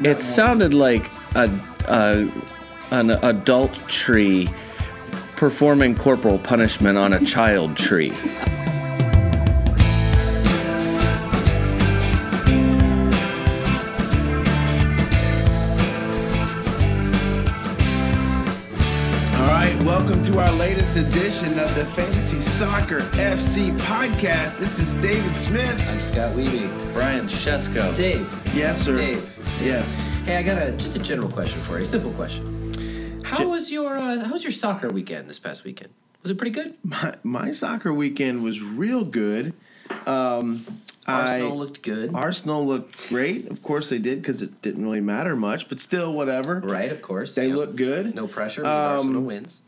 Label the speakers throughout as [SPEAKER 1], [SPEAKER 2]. [SPEAKER 1] it sounded like a, a an adult tree performing corporal punishment on a child tree.
[SPEAKER 2] All right, welcome to our latest edition of the Fantasy Soccer FC podcast. This is David Smith.
[SPEAKER 3] I'm Scott Weeby.
[SPEAKER 1] Brian Shesko.
[SPEAKER 3] Dave.
[SPEAKER 2] Yes, sir.
[SPEAKER 3] Dave.
[SPEAKER 2] Yes.
[SPEAKER 3] Hey, I got a just a general question for you, a simple question. How was your uh, how was your soccer weekend this past weekend? Was it pretty good?
[SPEAKER 2] My, my soccer weekend was real good. Um,
[SPEAKER 3] Arsenal
[SPEAKER 2] I,
[SPEAKER 3] looked good.
[SPEAKER 2] Arsenal looked great. Of course they did because it didn't really matter much, but still, whatever.
[SPEAKER 3] right, of course.
[SPEAKER 2] They
[SPEAKER 3] yeah.
[SPEAKER 2] look good.
[SPEAKER 3] No pressure means
[SPEAKER 2] Um,
[SPEAKER 3] Arsenal wins.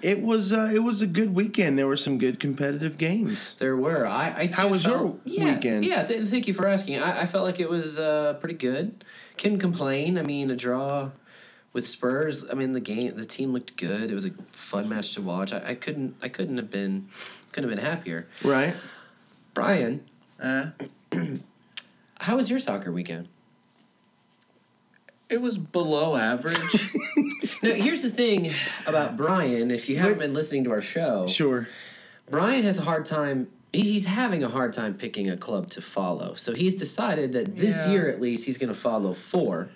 [SPEAKER 2] It was uh, it was a good weekend. There were some good competitive games.
[SPEAKER 3] There were. I. I too
[SPEAKER 2] How was
[SPEAKER 3] felt-
[SPEAKER 2] your
[SPEAKER 3] yeah,
[SPEAKER 2] weekend?
[SPEAKER 3] Yeah. Th- thank you for asking. I, I felt like it was uh, pretty good. Can complain. I mean, a draw with Spurs. I mean, the game, the team looked good. It was a fun match to watch. I, I couldn't. I couldn't have been. Couldn't have been happier.
[SPEAKER 2] Right.
[SPEAKER 3] Brian.
[SPEAKER 2] Uh.
[SPEAKER 3] How was your soccer weekend?
[SPEAKER 1] It was below average.
[SPEAKER 3] Now, here's the thing about Brian. If you haven't been listening to our show,
[SPEAKER 2] Sure.
[SPEAKER 3] Brian has a hard time. he- He's having a hard time picking a club to follow. So he's decided that this
[SPEAKER 1] Yeah.
[SPEAKER 3] year, at least, he's going to follow four,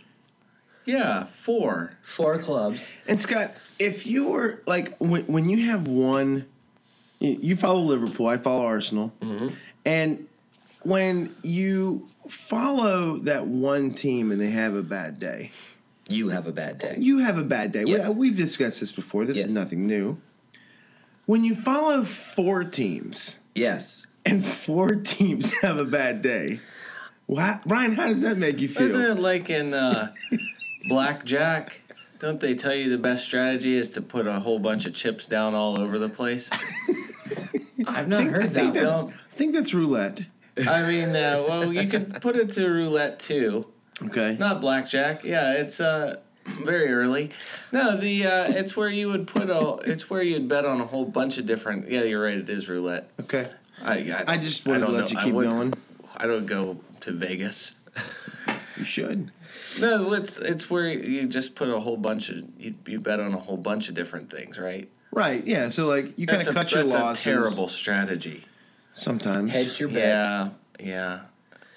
[SPEAKER 1] yeah, four.
[SPEAKER 3] four clubs.
[SPEAKER 2] And Scott, if you were like when, when you have one, you, you follow Liverpool, I follow Arsenal, and when you follow that one team and they have a bad day,
[SPEAKER 3] You have a bad day.
[SPEAKER 2] you have a bad day.
[SPEAKER 3] Yes.
[SPEAKER 2] We, have discussed this before. This
[SPEAKER 3] Yes.
[SPEAKER 2] is nothing new. When you follow four teams
[SPEAKER 3] Yes.
[SPEAKER 2] and four teams have a bad day, why, Brian, how does that make you feel?
[SPEAKER 1] Isn't it like in uh, blackjack? Don't they tell you the best strategy is to put a whole bunch of chips down all over the place?
[SPEAKER 3] I've not heard
[SPEAKER 2] I think
[SPEAKER 3] that.
[SPEAKER 2] that's-
[SPEAKER 1] don't.
[SPEAKER 2] I think that's roulette.
[SPEAKER 1] I mean, uh, well, you could put it to roulette too.
[SPEAKER 2] Okay.
[SPEAKER 1] Not blackjack. Yeah, it's uh very early. No, the uh, it's where you would put a. It's where you'd bet on a whole bunch of different. Yeah, you're right. It is roulette.
[SPEAKER 2] Okay.
[SPEAKER 1] I I,
[SPEAKER 2] I just wanted
[SPEAKER 1] don't
[SPEAKER 2] to let
[SPEAKER 1] know.
[SPEAKER 2] you
[SPEAKER 1] I
[SPEAKER 2] keep
[SPEAKER 1] wouldn't-
[SPEAKER 2] going.
[SPEAKER 1] I don't go to Vegas.
[SPEAKER 2] You should.
[SPEAKER 1] No, it's it's where you just put a whole bunch of you, you bet on a whole bunch of different things, right?
[SPEAKER 2] Right. Yeah. So like you kind
[SPEAKER 1] That's
[SPEAKER 2] of
[SPEAKER 1] a
[SPEAKER 2] cut your
[SPEAKER 1] that's a
[SPEAKER 2] losses.
[SPEAKER 1] terrible strategy.
[SPEAKER 2] Sometimes.
[SPEAKER 3] Hedge your bets.
[SPEAKER 1] Yeah, yeah,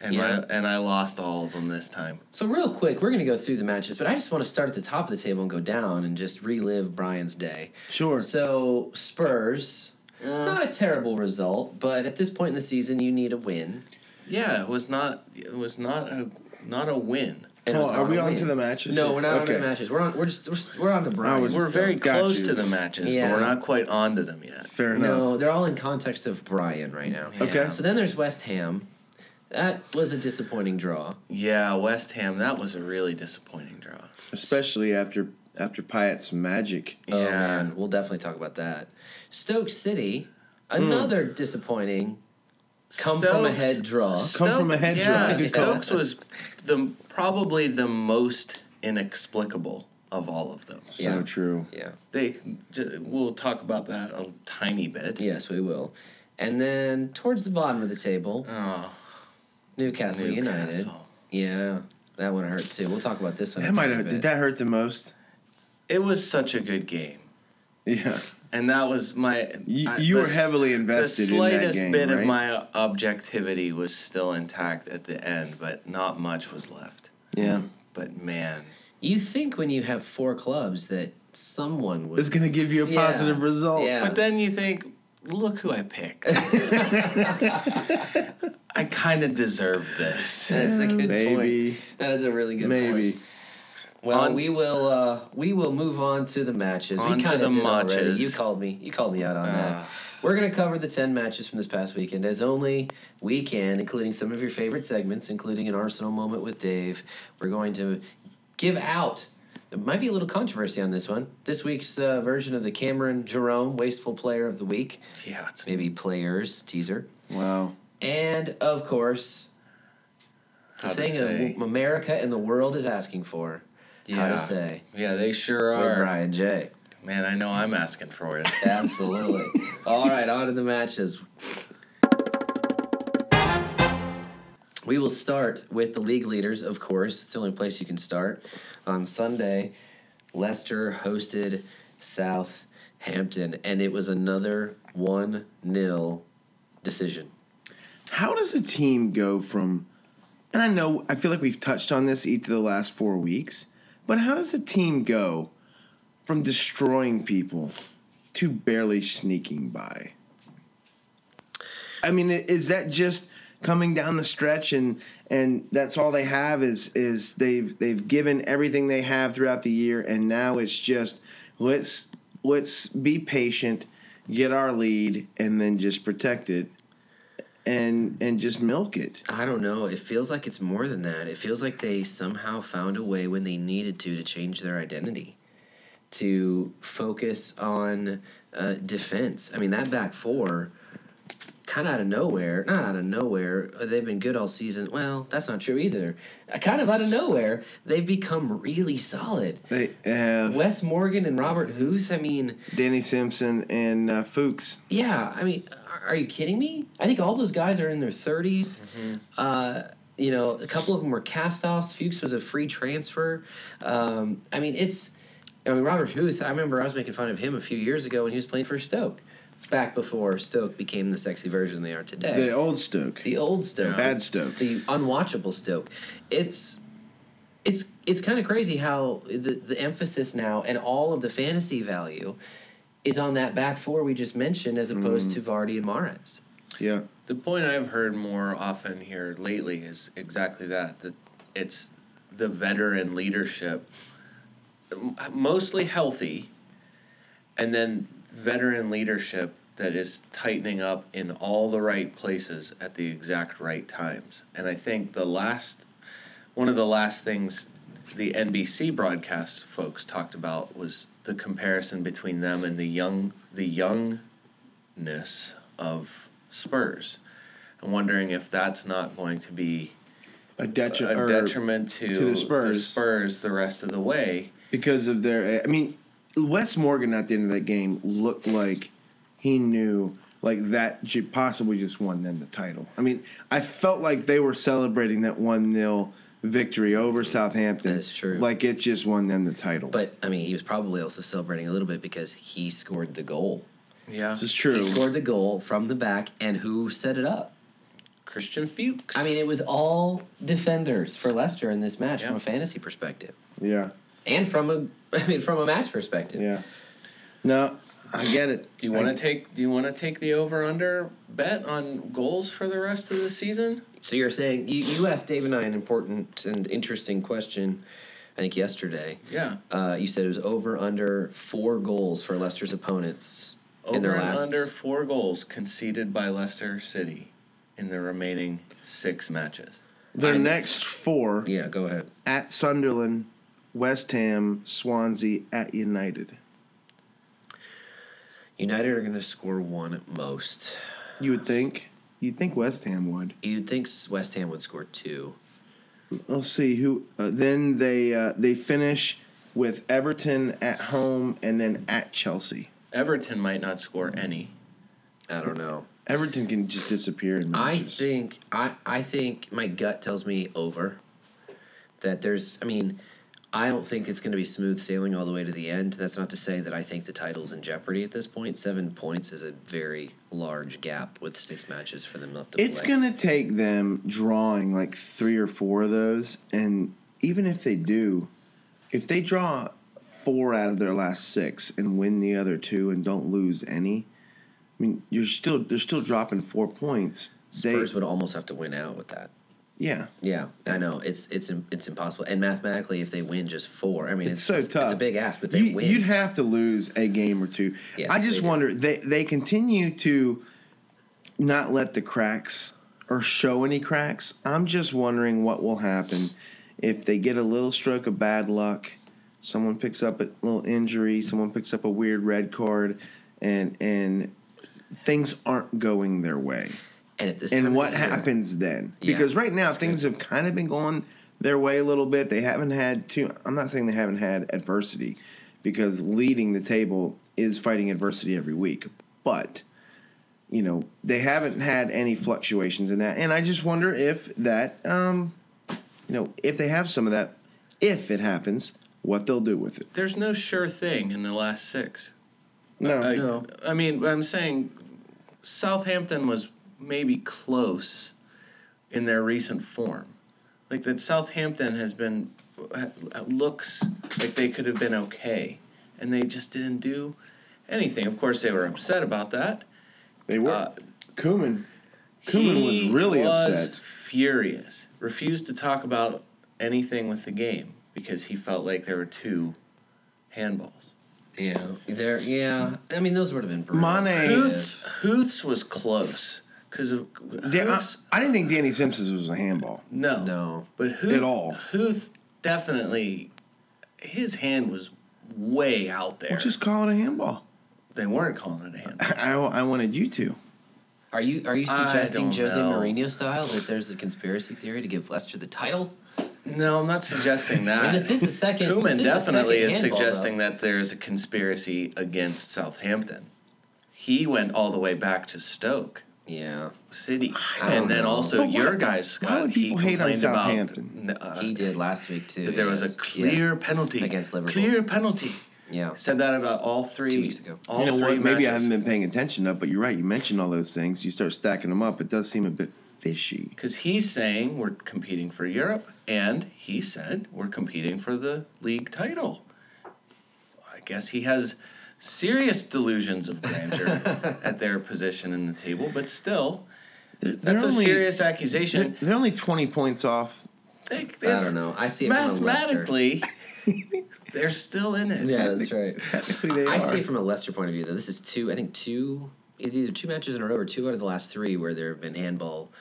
[SPEAKER 1] and
[SPEAKER 3] Yeah.
[SPEAKER 1] I and I lost all of them this time.
[SPEAKER 3] So real quick, we're going to go through the matches, but I just want to start at the top of the table and go down and just relive Brian's day.
[SPEAKER 2] Sure.
[SPEAKER 3] So Spurs,
[SPEAKER 1] Uh.
[SPEAKER 3] not a terrible result, but at this point in the season, you need a win.
[SPEAKER 1] Yeah, it was not it was not a not a win.
[SPEAKER 3] And it was
[SPEAKER 2] Oh,
[SPEAKER 3] not
[SPEAKER 2] are we
[SPEAKER 3] a
[SPEAKER 2] on
[SPEAKER 3] win.
[SPEAKER 2] to the matches?
[SPEAKER 3] No, we're not on to the
[SPEAKER 2] Okay.
[SPEAKER 3] matches. We're on. We're just. We're, s- we're on to Brian.
[SPEAKER 2] was-
[SPEAKER 1] We're
[SPEAKER 3] still.
[SPEAKER 1] very
[SPEAKER 2] got
[SPEAKER 1] close
[SPEAKER 2] you.
[SPEAKER 1] to the matches,
[SPEAKER 3] Yeah.
[SPEAKER 1] but we're not quite on to them yet.
[SPEAKER 2] Fair enough.
[SPEAKER 3] No, they're all in context of Brian right now.
[SPEAKER 1] Yeah.
[SPEAKER 2] Okay.
[SPEAKER 3] So then there's West Ham. That was a disappointing draw.
[SPEAKER 1] Yeah, West Ham. That was a really disappointing draw.
[SPEAKER 2] Especially after after Pyatt's magic.
[SPEAKER 1] Yeah,
[SPEAKER 3] Oh man, we'll definitely talk about that. Stoke City,
[SPEAKER 2] Hmm.
[SPEAKER 3] another disappointing. Come from
[SPEAKER 1] Stokes-
[SPEAKER 3] ahead draw.
[SPEAKER 2] Come from ahead draw.
[SPEAKER 1] Yeah,
[SPEAKER 2] Good
[SPEAKER 3] call.
[SPEAKER 1] Stokes was the probably the most inexplicable of all of them.
[SPEAKER 2] So
[SPEAKER 3] Yeah.
[SPEAKER 2] true.
[SPEAKER 3] Yeah.
[SPEAKER 1] They j- we'll talk about that a tiny bit.
[SPEAKER 3] Yes, we will. And then towards the bottom of the table,
[SPEAKER 1] Oh,
[SPEAKER 3] Newcastle, United.
[SPEAKER 1] Newcastle.
[SPEAKER 3] Yeah, that one hurt too. We'll talk about this one. a
[SPEAKER 2] That might
[SPEAKER 3] tiny
[SPEAKER 2] have.
[SPEAKER 3] bit.
[SPEAKER 2] Did that hurt the most?
[SPEAKER 1] It was such a good game.
[SPEAKER 2] Yeah.
[SPEAKER 1] And that was my.
[SPEAKER 2] You-
[SPEAKER 1] I-
[SPEAKER 2] you were
[SPEAKER 1] s-
[SPEAKER 2] heavily invested
[SPEAKER 1] The
[SPEAKER 2] in that
[SPEAKER 1] slightest
[SPEAKER 2] game,
[SPEAKER 1] bit of
[SPEAKER 2] right?
[SPEAKER 1] my objectivity was still intact at the end, but not much was left.
[SPEAKER 2] Yeah.
[SPEAKER 1] But man,
[SPEAKER 3] You think when you have four clubs that someone would
[SPEAKER 2] It's gonna give you a
[SPEAKER 3] Yeah.
[SPEAKER 2] positive result.
[SPEAKER 3] Yeah.
[SPEAKER 1] but then you think, look who I picked. I kind of deserve this.
[SPEAKER 3] That's a good
[SPEAKER 2] Maybe.
[SPEAKER 3] point. That is a really good
[SPEAKER 2] Maybe.
[SPEAKER 3] point. Well,
[SPEAKER 1] On-
[SPEAKER 3] we will uh, we will move on to the matches.
[SPEAKER 1] On
[SPEAKER 3] we
[SPEAKER 1] to
[SPEAKER 3] kind
[SPEAKER 1] the
[SPEAKER 3] of did already.
[SPEAKER 1] matches.
[SPEAKER 3] You called me. You called me out on
[SPEAKER 1] Ah.
[SPEAKER 3] that. We're gonna cover the ten matches from this past weekend as only we can, including some of your favorite segments, including an Arsenal moment with Dave. We're going to give out. There might be a little controversy on this one. This week's uh, version of the Cameron Jerome Wasteful Player of the Week,
[SPEAKER 1] Yeah, it's
[SPEAKER 3] maybe players teaser,
[SPEAKER 2] Wow.
[SPEAKER 3] and of course the
[SPEAKER 1] how to
[SPEAKER 3] thing
[SPEAKER 1] say.
[SPEAKER 3] that America and the world is asking for. How
[SPEAKER 1] Yeah.
[SPEAKER 3] to say.
[SPEAKER 1] Yeah, they sure
[SPEAKER 3] With
[SPEAKER 1] are.
[SPEAKER 3] Brian J.
[SPEAKER 1] Man, I know I'm asking for it.
[SPEAKER 3] Absolutely. All right, on to the matches. We will start with the league leaders, of course. It's the only place you can start. On Sunday, Leicester hosted Southampton, and it was another 1 0 decision.
[SPEAKER 2] How does a team go from, and I know, I feel like we've touched on this each of the last four weeks, but how does a team go from destroying people to barely sneaking by? I mean, i- is that just coming down the stretch and and that's all they have is is they've they've given everything they have throughout the year and now it's just let's let's be patient, get our lead and then just protect it and and just milk it.
[SPEAKER 3] I don't know. It feels like it's more than that. It feels like they somehow found a way when they needed to to change their identity, to focus on uh, defense. I mean, that back four, kind of out of nowhere, not out of nowhere, uh, they've been good all season. Well, that's not true either. Uh, Kind of out of nowhere, they've become really solid.
[SPEAKER 2] They have
[SPEAKER 3] Wes Morgan and Robert Huth, I mean,
[SPEAKER 2] Danny Simpson and uh, Fuchs.
[SPEAKER 3] yeah, I mean, are- are you kidding me? I think all those guys are in their 30s. Uh, you know, a couple of them were cast offs. Fuchs was a free transfer. Um, I mean, it's. I mean, Robert Huth, I remember I was making fun of him a few years ago when he was playing for Stoke. Back before Stoke became the sexy version they are today.
[SPEAKER 2] The old Stoke.
[SPEAKER 3] The old Stoke.
[SPEAKER 2] Bad Stoke.
[SPEAKER 3] The unwatchable Stoke. It's it's it's kind of crazy how the the emphasis now and all of the fantasy value is on that back four we just mentioned as opposed
[SPEAKER 2] Mm-hmm.
[SPEAKER 3] to Vardy and Mares.
[SPEAKER 2] Yeah.
[SPEAKER 1] The point I've heard more often here lately is exactly that that it's the veteran leadership, m- mostly healthy, and then veteran leadership that is tightening up in all the right places at the exact right times. And I think the last, one of the last things the NBC broadcast folks talked about was the comparison between them and the young, the youngness of Spurs. I'm wondering if that's not going to be
[SPEAKER 2] A, er, detri-
[SPEAKER 1] a
[SPEAKER 2] or-
[SPEAKER 1] detriment to,
[SPEAKER 2] to the Spurs.
[SPEAKER 1] the Spurs the rest of the way.
[SPEAKER 2] because of their. I mean, Wes Morgan at the end of that game looked like he knew like that ju- possibly just won them the title. I mean, I felt like they were celebrating that one 0 victory over Southampton.
[SPEAKER 3] That's true.
[SPEAKER 2] Like it just won them the title.
[SPEAKER 3] But I mean, he was probably also celebrating a little bit because he scored the goal.
[SPEAKER 1] Yeah.
[SPEAKER 2] this is true.
[SPEAKER 3] He scored the goal from the back, and who set it up?
[SPEAKER 1] Christian Fuchs.
[SPEAKER 3] I mean, it was all defenders for Leicester in this match from
[SPEAKER 1] Yeah.
[SPEAKER 3] a fantasy perspective,
[SPEAKER 2] Yeah.
[SPEAKER 3] and from a I mean, from a match perspective.
[SPEAKER 2] Yeah. No, I get it.
[SPEAKER 1] do you want to take do you want to take the over under bet on goals for the rest of the season?
[SPEAKER 3] So you're saying you, you asked Dave and I an important and interesting question, I think yesterday.
[SPEAKER 1] Yeah.
[SPEAKER 3] Uh, you said it was over under four goals for Leicester's opponents in
[SPEAKER 1] Over
[SPEAKER 3] their
[SPEAKER 1] and
[SPEAKER 3] last.
[SPEAKER 1] under 4 goals conceded by Leicester City in the remaining 6 matches.
[SPEAKER 2] Their
[SPEAKER 3] I-
[SPEAKER 2] next four
[SPEAKER 3] Yeah, go ahead.
[SPEAKER 2] at Sunderland, West Ham, Swansea, at United.
[SPEAKER 3] United are going to score one at most.
[SPEAKER 2] You would think. You'd think West Ham would.
[SPEAKER 3] You'd think West Ham would score two.
[SPEAKER 2] Let's see who. Uh, then they uh, they finish with Everton at home and then at Chelsea.
[SPEAKER 1] Everton might not score any.
[SPEAKER 3] I don't know.
[SPEAKER 2] Everton can just disappear. In
[SPEAKER 3] I
[SPEAKER 2] matches.
[SPEAKER 3] think I I think my gut tells me over. That there's I mean, I don't think it's going to be smooth sailing all the way to the end. That's not to say that I think the title's in jeopardy at this point. 7 points is a very large gap with 6 matches for them left to
[SPEAKER 2] it's
[SPEAKER 3] play.
[SPEAKER 2] gonna take them drawing like three or four of those, and even if they do, if they draw four out of their last six and win the other two and don't lose any, I mean you're still they're still dropping four points. They,
[SPEAKER 3] Spurs would almost have to win out with that.
[SPEAKER 2] yeah,
[SPEAKER 3] Yeah, I know. It's it's im- it's impossible. And mathematically if they win just 4, I mean it's
[SPEAKER 2] It's so
[SPEAKER 3] it's,
[SPEAKER 2] tough.
[SPEAKER 3] it's a big ass, but they
[SPEAKER 2] you,
[SPEAKER 3] win.
[SPEAKER 2] would have to lose a game or two.
[SPEAKER 3] Yes,
[SPEAKER 2] I
[SPEAKER 3] they
[SPEAKER 2] just
[SPEAKER 3] do.
[SPEAKER 2] wonder they they continue to not let the cracks or show any cracks. I'm just wondering what will happen if they get a little stroke of bad luck. Someone picks up a little injury. Someone picks up a weird red card, and and things aren't going their way.
[SPEAKER 3] and at this time of
[SPEAKER 2] And what
[SPEAKER 3] the year-
[SPEAKER 2] happens then?
[SPEAKER 3] Yeah,
[SPEAKER 2] because right now
[SPEAKER 3] that's
[SPEAKER 2] things have kind of been going their way a little bit. They haven't had too. I'm not saying they haven't had adversity, because leading the table is fighting adversity every week. But you know, they haven't had any fluctuations in that. And I just wonder if that, um, you know, if they have some of that, if it happens, what they'll do with it.
[SPEAKER 1] There's no sure thing in the last six.
[SPEAKER 2] No,
[SPEAKER 1] Uh, I,
[SPEAKER 3] No.
[SPEAKER 1] I mean, I'm saying Southampton was maybe close in their recent form. Like that Southampton has been uh, looks like they could have been okay and they just didn't do anything. Of course they were upset about that.
[SPEAKER 2] they were.
[SPEAKER 1] Uh,
[SPEAKER 2] Kuman, Kuman was
[SPEAKER 1] He
[SPEAKER 2] really
[SPEAKER 1] was
[SPEAKER 2] upset.
[SPEAKER 1] Furious. Refused to talk about anything with the game because he felt like there were two handballs.
[SPEAKER 3] Yeah, there. Yeah, I mean those would have been brutal.
[SPEAKER 2] Mane- Yeah.
[SPEAKER 1] Hooths, Hooths was close because of
[SPEAKER 2] Dan- I,
[SPEAKER 1] Hooths,
[SPEAKER 2] I didn't think Danny Simpson was a handball.
[SPEAKER 1] no,
[SPEAKER 3] No.
[SPEAKER 1] but Hooth,
[SPEAKER 2] At all.
[SPEAKER 1] Hooth definitely, his hand was way out there.
[SPEAKER 2] Just call it a handball.
[SPEAKER 1] they weren't calling it a hand.
[SPEAKER 2] I, I wanted you to.
[SPEAKER 3] Are you are you
[SPEAKER 1] I
[SPEAKER 3] suggesting
[SPEAKER 1] don't
[SPEAKER 3] Jose
[SPEAKER 1] know.
[SPEAKER 3] Mourinho style that there's a conspiracy theory to give Lester the title?
[SPEAKER 1] No, I'm not suggesting that.
[SPEAKER 3] I mean, this is the second. this
[SPEAKER 1] Kuman
[SPEAKER 3] is
[SPEAKER 1] definitely
[SPEAKER 3] the second
[SPEAKER 1] is
[SPEAKER 3] handball,
[SPEAKER 1] suggesting that there's a conspiracy against Southampton. He went all the way back to Stoke
[SPEAKER 3] though. Yeah,
[SPEAKER 1] City,
[SPEAKER 3] don't
[SPEAKER 1] and then
[SPEAKER 3] know.
[SPEAKER 1] also
[SPEAKER 2] But why-
[SPEAKER 1] your guys, Scott.
[SPEAKER 2] why would people
[SPEAKER 1] he
[SPEAKER 2] hate on
[SPEAKER 1] complained about,
[SPEAKER 2] Southampton?
[SPEAKER 1] uh,
[SPEAKER 3] he did last week too.
[SPEAKER 1] that there was
[SPEAKER 3] yes,
[SPEAKER 1] a clear penalty
[SPEAKER 3] Against Liverpool.
[SPEAKER 1] Clear penalty.
[SPEAKER 3] yes,
[SPEAKER 1] Said that about all three.
[SPEAKER 3] Two weeks ago.
[SPEAKER 1] All
[SPEAKER 2] You know
[SPEAKER 1] three
[SPEAKER 2] what? Maybe I
[SPEAKER 1] matches.
[SPEAKER 2] haven't been paying attention up, but you're right. You mentioned all those things. You start stacking them up. It does seem a bit fishy.
[SPEAKER 1] Because he's saying we're competing for Europe, and he said we're competing for the league title. I guess he has serious delusions of grandeur at their position in the table, but still,
[SPEAKER 2] They're,
[SPEAKER 1] that's
[SPEAKER 2] they're
[SPEAKER 1] a
[SPEAKER 2] only-
[SPEAKER 1] serious
[SPEAKER 2] They're,
[SPEAKER 1] accusation.
[SPEAKER 2] they're only 20 points off.
[SPEAKER 1] They,
[SPEAKER 3] yeah. I
[SPEAKER 1] it's-
[SPEAKER 3] don't know. I see it from a Leicester.
[SPEAKER 1] Mathematically, they're still in it.
[SPEAKER 3] Yeah, that's right.
[SPEAKER 2] Technically, they
[SPEAKER 3] I
[SPEAKER 2] are.
[SPEAKER 3] see it from a Leicester point of view though. This is two. I think two. Either two matches in a row or two out of the last three where there have been handball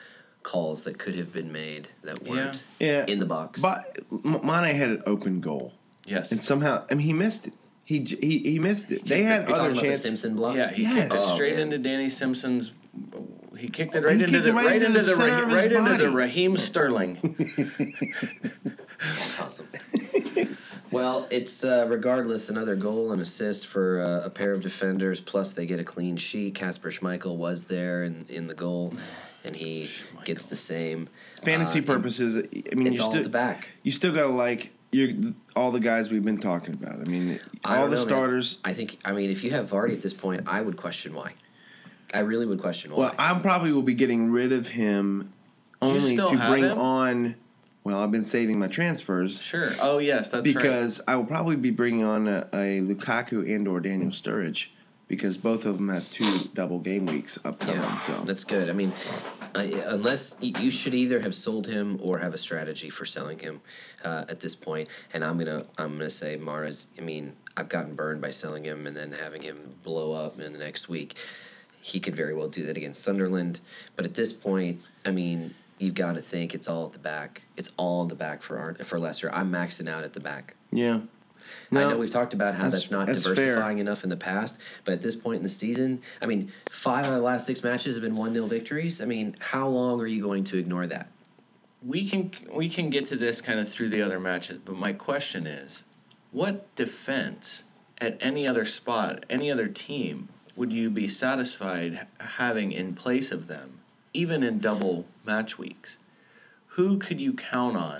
[SPEAKER 3] calls that could have been made that weren't
[SPEAKER 2] Yeah.
[SPEAKER 3] in the box.
[SPEAKER 2] But M- Mane had an open goal,
[SPEAKER 1] Yes.
[SPEAKER 2] and somehow, I mean, he missed it. He j- he, he missed it. They
[SPEAKER 3] You're
[SPEAKER 2] had
[SPEAKER 3] talking
[SPEAKER 2] other
[SPEAKER 3] about the
[SPEAKER 2] chances.
[SPEAKER 3] Simpson block.
[SPEAKER 1] Yeah, he
[SPEAKER 2] Yes.
[SPEAKER 1] kicked it
[SPEAKER 3] Oh,
[SPEAKER 1] straight
[SPEAKER 3] man.
[SPEAKER 1] into Danny Simpson's. He kicked it right
[SPEAKER 2] He
[SPEAKER 1] into
[SPEAKER 2] kicked
[SPEAKER 1] the
[SPEAKER 2] it
[SPEAKER 1] right, into, the,
[SPEAKER 2] center
[SPEAKER 1] Rahe-
[SPEAKER 2] of his
[SPEAKER 1] right into the
[SPEAKER 2] body.
[SPEAKER 1] Raheem Sterling.
[SPEAKER 3] That's awesome. well, it's uh, regardless another goal and assist for uh, a pair of defenders. Plus, they get a clean sheet. Casper Schmeichel was there in, in the goal, and he gets the same.
[SPEAKER 2] Fantasy
[SPEAKER 3] Uh,
[SPEAKER 2] purposes, I mean,
[SPEAKER 3] It's
[SPEAKER 2] you
[SPEAKER 3] all
[SPEAKER 2] still,
[SPEAKER 3] at the back.
[SPEAKER 2] You still gotta like you all the guys we've been talking about. I mean,
[SPEAKER 3] I
[SPEAKER 2] all
[SPEAKER 3] don't
[SPEAKER 2] the
[SPEAKER 3] know, man.
[SPEAKER 2] starters.
[SPEAKER 3] I think. I mean, if you have Vardy at this point, I would question why. I really would question why.
[SPEAKER 2] Well, I probably will be getting rid of him only
[SPEAKER 1] still
[SPEAKER 2] to
[SPEAKER 1] have
[SPEAKER 2] bring
[SPEAKER 1] him?
[SPEAKER 2] on. Well, I've been saving my transfers
[SPEAKER 1] Sure. Oh yes, that's right.
[SPEAKER 2] because I will probably be bringing on a, a Lukaku and or Daniel Sturridge because both of them have two double game weeks upcoming.
[SPEAKER 3] Yeah,
[SPEAKER 2] so
[SPEAKER 3] that's good. I mean, I, unless y- you should either have sold him or have a strategy for selling him uh, at this point. And I'm gonna I'm gonna say Mara's. I mean, I've gotten burned by selling him and then having him blow up in the next week. He could very well do that against Sunderland. But at this point, I mean, you've got to think it's all at the back. It's all in the back for Ar- for Lester. I'm maxing out at the back.
[SPEAKER 2] yeah. No,
[SPEAKER 3] I know we've talked about how that's,
[SPEAKER 2] That's-
[SPEAKER 3] not
[SPEAKER 2] that's fair.
[SPEAKER 3] diversifying enough in the past, but at this point in the season, I mean, five out of the last six matches have been 1 0 victories. I mean, how long are you going to ignore that?
[SPEAKER 1] We can we can get to this kind of through the other matches, but my question is, what defense at any other spot, any other team, would you be satisfied h- having in place of them, even in double match weeks? Who could you count on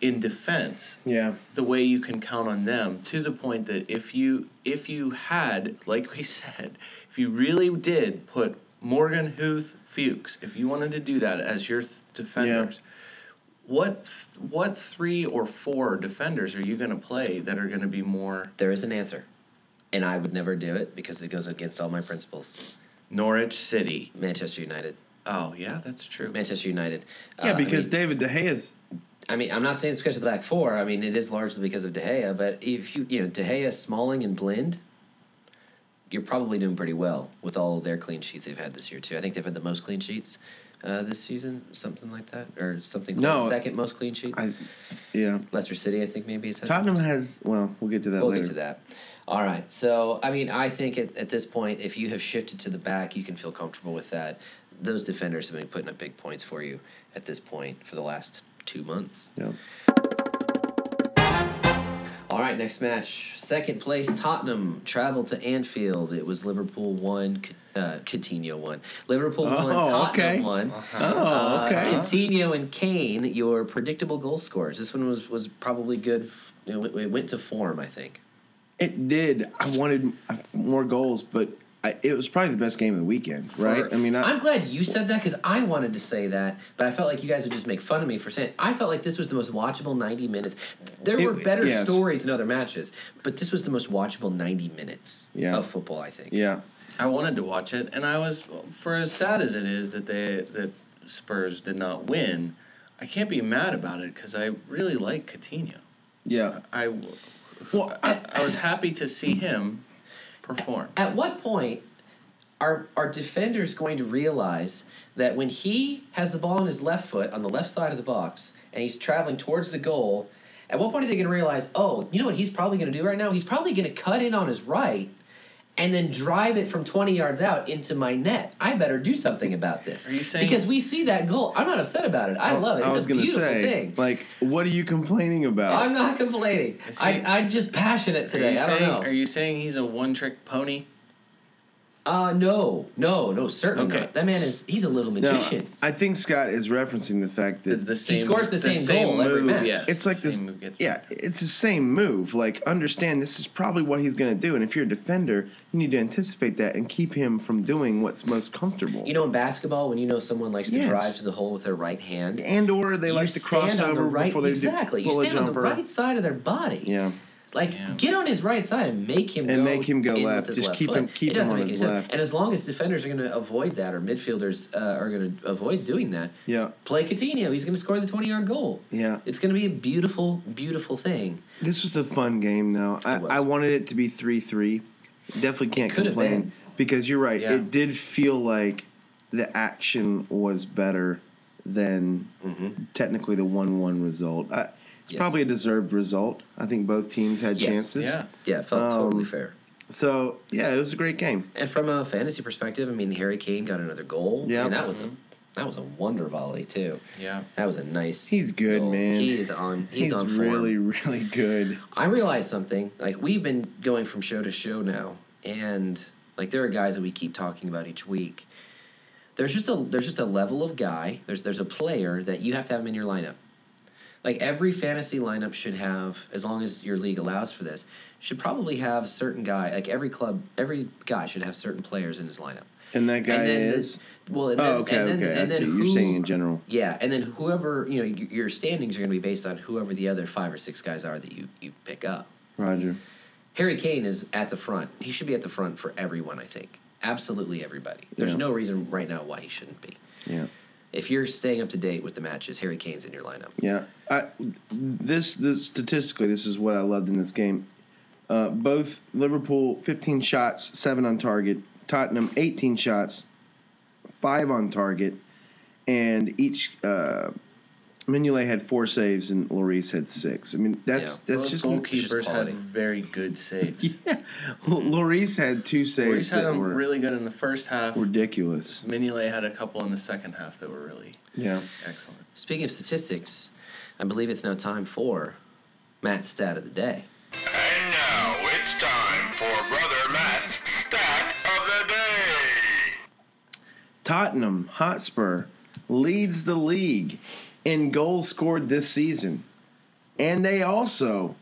[SPEAKER 1] in defense
[SPEAKER 2] yeah.
[SPEAKER 1] the way you can count on them to the point that if you if you had like we said if you really did put Morgan Huth Fuchs if you wanted to do that as your th- defenders what th- what three or four defenders are you going to play that are going to be more
[SPEAKER 3] There is an answer. And I would never do it because it goes against all my principles.
[SPEAKER 1] Norwich City
[SPEAKER 3] Manchester United.
[SPEAKER 1] oh yeah that's true
[SPEAKER 3] Manchester United.
[SPEAKER 2] Yeah,
[SPEAKER 3] Uh,
[SPEAKER 2] because
[SPEAKER 3] I mean,
[SPEAKER 2] David De Gea is
[SPEAKER 3] I mean, I'm not saying it's because of the back four. I mean, it is largely because of De Gea. But if you, you know, De Gea, Smalling, and Blind, you're probably doing pretty well with all their clean sheets they've had this year too. I think they've had the most clean sheets uh, this season, something like that, or something.
[SPEAKER 2] No.
[SPEAKER 3] close. second most clean sheets.
[SPEAKER 2] I, yeah.
[SPEAKER 3] Leicester City, I think maybe it's
[SPEAKER 2] Tottenham has well, we'll get to that
[SPEAKER 3] We'll
[SPEAKER 2] later.
[SPEAKER 3] get to that. All right. So, I mean, I think at, at this point, if you have shifted to the back, you can feel comfortable with that. Those defenders have been putting up big points for you at this point for the last two months.
[SPEAKER 2] Yeah.
[SPEAKER 3] All right, next match. Second place, Tottenham traveled to Anfield. It was Liverpool 1, uh, Coutinho won. Liverpool won.
[SPEAKER 2] Oh,
[SPEAKER 3] Tottenham
[SPEAKER 2] okay.
[SPEAKER 3] won.
[SPEAKER 2] Oh,
[SPEAKER 3] Uh,
[SPEAKER 2] okay.
[SPEAKER 3] Coutinho and Kane, your predictable goal scorers. This one was was probably good. f- You know, it, it went to form, I think.
[SPEAKER 2] It did. I wanted more goals, but I, it was probably the best game of the weekend, right? I mean, I,
[SPEAKER 3] I'm glad you said that because I wanted to say that, but I felt like you guys would just make fun of me for saying. It. I felt like this was the most watchable 90 minutes. There
[SPEAKER 2] It-
[SPEAKER 3] were better
[SPEAKER 2] yes.
[SPEAKER 3] stories in other matches, but this was the most watchable 90 minutes
[SPEAKER 2] Yeah.
[SPEAKER 3] of football. I think.
[SPEAKER 2] yeah.
[SPEAKER 1] I wanted to watch it, and I was for as sad as it is that they that Spurs did not win. I can't be mad about it because I really like Coutinho.
[SPEAKER 2] Yeah.
[SPEAKER 1] I,
[SPEAKER 2] Well,
[SPEAKER 1] I, I was happy to see him perform.
[SPEAKER 3] At what point are are defenders going to realize that when he has the ball on his left foot on the left side of the box and he's traveling towards the goal? At what point are they going to realize? Oh, you know what he's probably going to do right now? He's probably going to cut in on his right. And then drive it from 20 yards out into my net. I better do something about this.
[SPEAKER 1] Are you saying- Oh,
[SPEAKER 3] because we see that goal. I'm not upset about it. I love it. It's
[SPEAKER 2] I was
[SPEAKER 3] a
[SPEAKER 2] gonna
[SPEAKER 3] beautiful
[SPEAKER 2] say,
[SPEAKER 3] thing.
[SPEAKER 2] like, what are you complaining about?
[SPEAKER 3] I'm not complaining.
[SPEAKER 1] Is
[SPEAKER 3] I,
[SPEAKER 1] he-
[SPEAKER 3] I'm just passionate
[SPEAKER 1] Are
[SPEAKER 3] today.
[SPEAKER 1] you,
[SPEAKER 3] I
[SPEAKER 1] saying,
[SPEAKER 3] don't know.
[SPEAKER 1] are you saying he's a one trick pony?
[SPEAKER 3] Uh, no, no, no, certainly
[SPEAKER 1] Okay.
[SPEAKER 3] not. That man is, he's a little
[SPEAKER 2] No,
[SPEAKER 3] magician.
[SPEAKER 2] I think Scott is referencing the fact that
[SPEAKER 1] It's the same,
[SPEAKER 3] scores the same goal every match.
[SPEAKER 1] yes,
[SPEAKER 2] it's like
[SPEAKER 1] the
[SPEAKER 2] this.
[SPEAKER 1] same move gets-
[SPEAKER 2] Yeah, it's the same move. Like, understand this is probably what he's going to do, and if you're a defender, you need to anticipate that and keep him from doing what's most comfortable.
[SPEAKER 3] You know, in basketball, when you know someone likes to
[SPEAKER 2] Yes.
[SPEAKER 3] drive to the hole with their right hand,
[SPEAKER 2] and or they
[SPEAKER 3] you
[SPEAKER 2] like to cross
[SPEAKER 3] stand on
[SPEAKER 2] over
[SPEAKER 3] the right,
[SPEAKER 2] before they
[SPEAKER 3] exactly.
[SPEAKER 2] do
[SPEAKER 3] you
[SPEAKER 2] pull a
[SPEAKER 3] stand on the
[SPEAKER 2] jumper.
[SPEAKER 3] right side of their body.
[SPEAKER 2] Yeah,
[SPEAKER 3] Like,
[SPEAKER 1] Yeah.
[SPEAKER 3] get on his right side and make him
[SPEAKER 2] And
[SPEAKER 3] go
[SPEAKER 2] make him go
[SPEAKER 3] in with
[SPEAKER 2] left.
[SPEAKER 3] his
[SPEAKER 2] Just
[SPEAKER 3] left
[SPEAKER 2] keep
[SPEAKER 3] foot.
[SPEAKER 2] him- keep
[SPEAKER 3] it doesn't
[SPEAKER 2] him on
[SPEAKER 3] make
[SPEAKER 2] his
[SPEAKER 3] any sense.
[SPEAKER 2] left.
[SPEAKER 3] And as long as defenders are going to avoid that, or midfielders uh, are going to avoid doing that,
[SPEAKER 2] yeah.
[SPEAKER 3] play Coutinho. He's going to score the twenty-yard goal.
[SPEAKER 2] Yeah.
[SPEAKER 3] it's going to be a beautiful, beautiful thing.
[SPEAKER 2] This was a fun game, though. I,
[SPEAKER 3] It was.
[SPEAKER 2] I wanted it to be 3 3. Definitely can't
[SPEAKER 3] could have
[SPEAKER 2] complain
[SPEAKER 3] been.
[SPEAKER 2] because you're right.
[SPEAKER 1] Yeah.
[SPEAKER 2] It did feel like the action was better than technically the 1 1 result. I, it's
[SPEAKER 3] Yes.
[SPEAKER 2] probably a deserved result. I think both teams had
[SPEAKER 3] Yes.
[SPEAKER 2] chances.
[SPEAKER 1] yeah.
[SPEAKER 3] Yeah, it felt
[SPEAKER 2] Um,
[SPEAKER 3] totally fair.
[SPEAKER 2] So, yeah, it was a great game.
[SPEAKER 3] And from a fantasy perspective, I mean, Harry Kane got another goal.
[SPEAKER 2] Yeah.
[SPEAKER 3] Yeah, and that was a that was a wonder volley too.
[SPEAKER 1] Yeah.
[SPEAKER 3] That was a nice.
[SPEAKER 2] He's good,
[SPEAKER 3] goal.
[SPEAKER 2] man.
[SPEAKER 3] He is on. He's, on form.
[SPEAKER 2] really, really good.
[SPEAKER 3] I realized something. Like we've been going from show to show now, and like there are guys that we keep talking about each week. There's just a there's just a level of guy. There's there's a player that you have to have him in your lineup. Like every fantasy lineup should have, as long as your league allows for this, should probably have a certain guy. Like every club, every guy should have certain players in his lineup.
[SPEAKER 2] And that guy
[SPEAKER 3] and then
[SPEAKER 2] is.
[SPEAKER 3] the, well, and then,
[SPEAKER 2] oh, okay,
[SPEAKER 3] and then,
[SPEAKER 2] okay.
[SPEAKER 3] And
[SPEAKER 2] I
[SPEAKER 3] then
[SPEAKER 2] see.
[SPEAKER 3] who,
[SPEAKER 2] You're saying in general.
[SPEAKER 3] yeah, and then whoever you know y- your standings are going to be based on whoever the other five or six guys are that you you pick up.
[SPEAKER 2] Roger.
[SPEAKER 3] Harry Kane is at the front. He should be at the front for everyone. I think absolutely everybody. There's
[SPEAKER 2] Yeah.
[SPEAKER 3] no reason right now why he shouldn't be.
[SPEAKER 2] Yeah.
[SPEAKER 3] If you're staying up to date with the matches, Harry Kane's in your lineup.
[SPEAKER 2] Yeah, I, this this statistically, this is what I loved in this game. Uh, both Liverpool, fifteen shots, seven on target. Tottenham, eighteen shots, five on target, and each uh, Mignolet had four saves and Lloris had six. I mean, that's
[SPEAKER 3] Yeah.
[SPEAKER 2] that's
[SPEAKER 1] Both
[SPEAKER 2] just
[SPEAKER 1] goalkeepers had
[SPEAKER 3] quality.
[SPEAKER 1] very good saves.
[SPEAKER 2] yeah. Lloris had two
[SPEAKER 1] Reese
[SPEAKER 2] saves
[SPEAKER 1] had
[SPEAKER 2] that
[SPEAKER 1] them
[SPEAKER 2] were
[SPEAKER 1] really good in the first half.
[SPEAKER 2] ridiculous.
[SPEAKER 1] Mignolet had a couple in the second half that were really
[SPEAKER 2] Yeah,
[SPEAKER 1] excellent.
[SPEAKER 2] Hmm.
[SPEAKER 3] Speaking of statistics, I believe it's now time for Matt's stat of the day.
[SPEAKER 4] And now it's time for Brother Matt's Stack of the Day.
[SPEAKER 2] Tottenham Hotspur leads the league in goals scored this season. And they also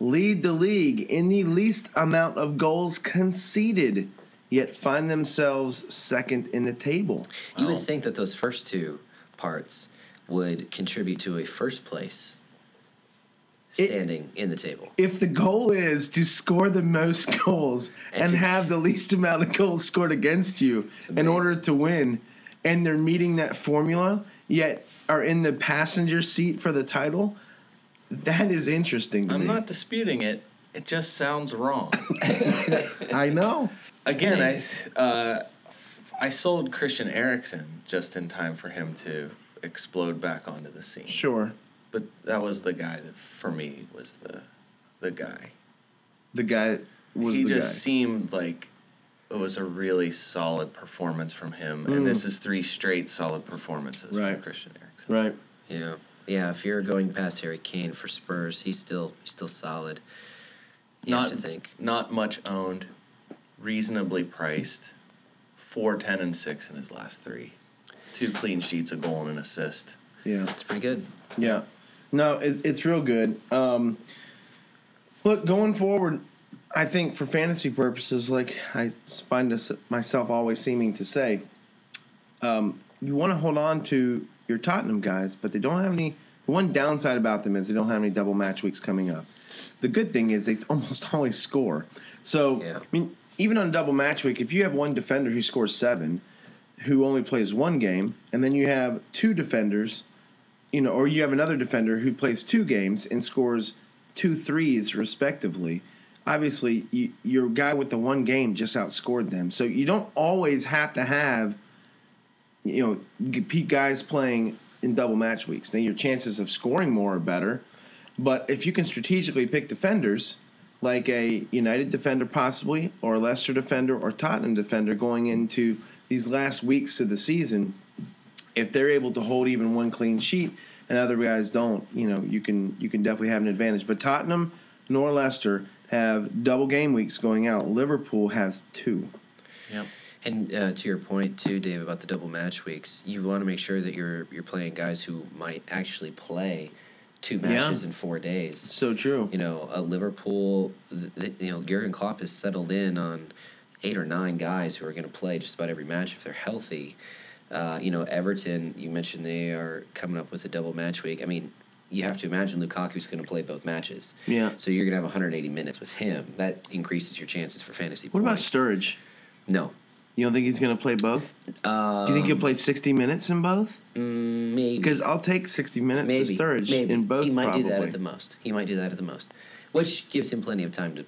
[SPEAKER 2] lead the league in the least amount of goals conceded, yet find themselves second in the table.
[SPEAKER 3] You would think that those first two parts would contribute to a first place
[SPEAKER 2] It-
[SPEAKER 3] standing in the table.
[SPEAKER 2] If the goal is to score the most goals
[SPEAKER 3] And
[SPEAKER 2] and
[SPEAKER 3] to-
[SPEAKER 2] have the least amount of goals scored against you in
[SPEAKER 3] amazing.
[SPEAKER 2] order to win, and they're meeting that formula, yet are in the passenger seat for the title, that is interesting to
[SPEAKER 1] I'm
[SPEAKER 2] me.
[SPEAKER 1] not disputing it. It just sounds wrong.
[SPEAKER 2] I know.
[SPEAKER 1] Again, I uh, I sold Christian Eriksen just in time for him to explode back onto the scene.
[SPEAKER 2] Sure.
[SPEAKER 1] But that was the guy that for me was the the guy.
[SPEAKER 2] The guy was
[SPEAKER 1] he
[SPEAKER 2] the
[SPEAKER 1] just
[SPEAKER 2] guy.
[SPEAKER 1] seemed like it was a really solid performance from him, and this is three straight solid performances
[SPEAKER 2] Hmm. Right.
[SPEAKER 1] from Christian Eriksen.
[SPEAKER 2] Right.
[SPEAKER 3] Yeah, yeah. If you're going past Harry Kane for Spurs, he's still he's still solid. You
[SPEAKER 1] Not
[SPEAKER 3] have to think.
[SPEAKER 1] not much owned, reasonably priced, four, ten, and six in his last three. Two clean sheets, a goal, and an assist.
[SPEAKER 2] Yeah.
[SPEAKER 3] It's pretty good.
[SPEAKER 2] Yeah. No, it, it's real good. Um, look, going forward, I think for fantasy purposes, like I find this- myself always seeming to say, um, you want to hold on to your Tottenham guys, but they don't have any. The one downside about them is they don't have any double match weeks coming up. The good thing is they almost always score. So,
[SPEAKER 3] Yeah.
[SPEAKER 2] I mean, even on double match week, if you have one defender who scores seven, who only plays one game, and then you have two defenders you know, or you have another defender who plays two games and scores two threes respectively. Obviously, you, your guy with the one game just outscored them. So you don't always have to have, you know, g- peak guys playing in double match weeks. Now your chances of scoring more are better, but if you can strategically pick defenders like a United defender possibly, or a Leicester defender, or Tottenham defender going into these last weeks of the season, if they're able to hold even one clean sheet and other guys don't, you know, you can you can definitely have an advantage. But Tottenham nor Leicester have double game weeks going out. Liverpool has two.
[SPEAKER 1] Yep.
[SPEAKER 3] And uh, to your point too, Dave, about the double match weeks, you want to make sure that you're you're playing guys who might actually play two matches in four days.
[SPEAKER 2] So true.
[SPEAKER 3] You know, uh, Liverpool. Th- th- you know, Jurgen Klopp has settled in on eight or nine guys who are going to play just about every match if they're healthy. Uh, you know, Everton. You mentioned they are coming up with a double match week. I mean, you have to imagine Lukaku's going to play both matches.
[SPEAKER 2] Yeah.
[SPEAKER 3] So you're going to have 180 minutes with him. That increases your chances for fantasy.
[SPEAKER 2] What about
[SPEAKER 3] points.
[SPEAKER 2] Sturridge?
[SPEAKER 3] No.
[SPEAKER 2] You don't think he's going to play both? Do you think he'll play sixty minutes in both?
[SPEAKER 3] Um, Maybe.
[SPEAKER 2] Because I'll take sixty minutes
[SPEAKER 3] maybe,
[SPEAKER 2] to Sturridge
[SPEAKER 3] maybe.
[SPEAKER 2] in both.
[SPEAKER 3] He might
[SPEAKER 2] probably.
[SPEAKER 3] do that at the most. He might do that at the most, which gives him plenty of time to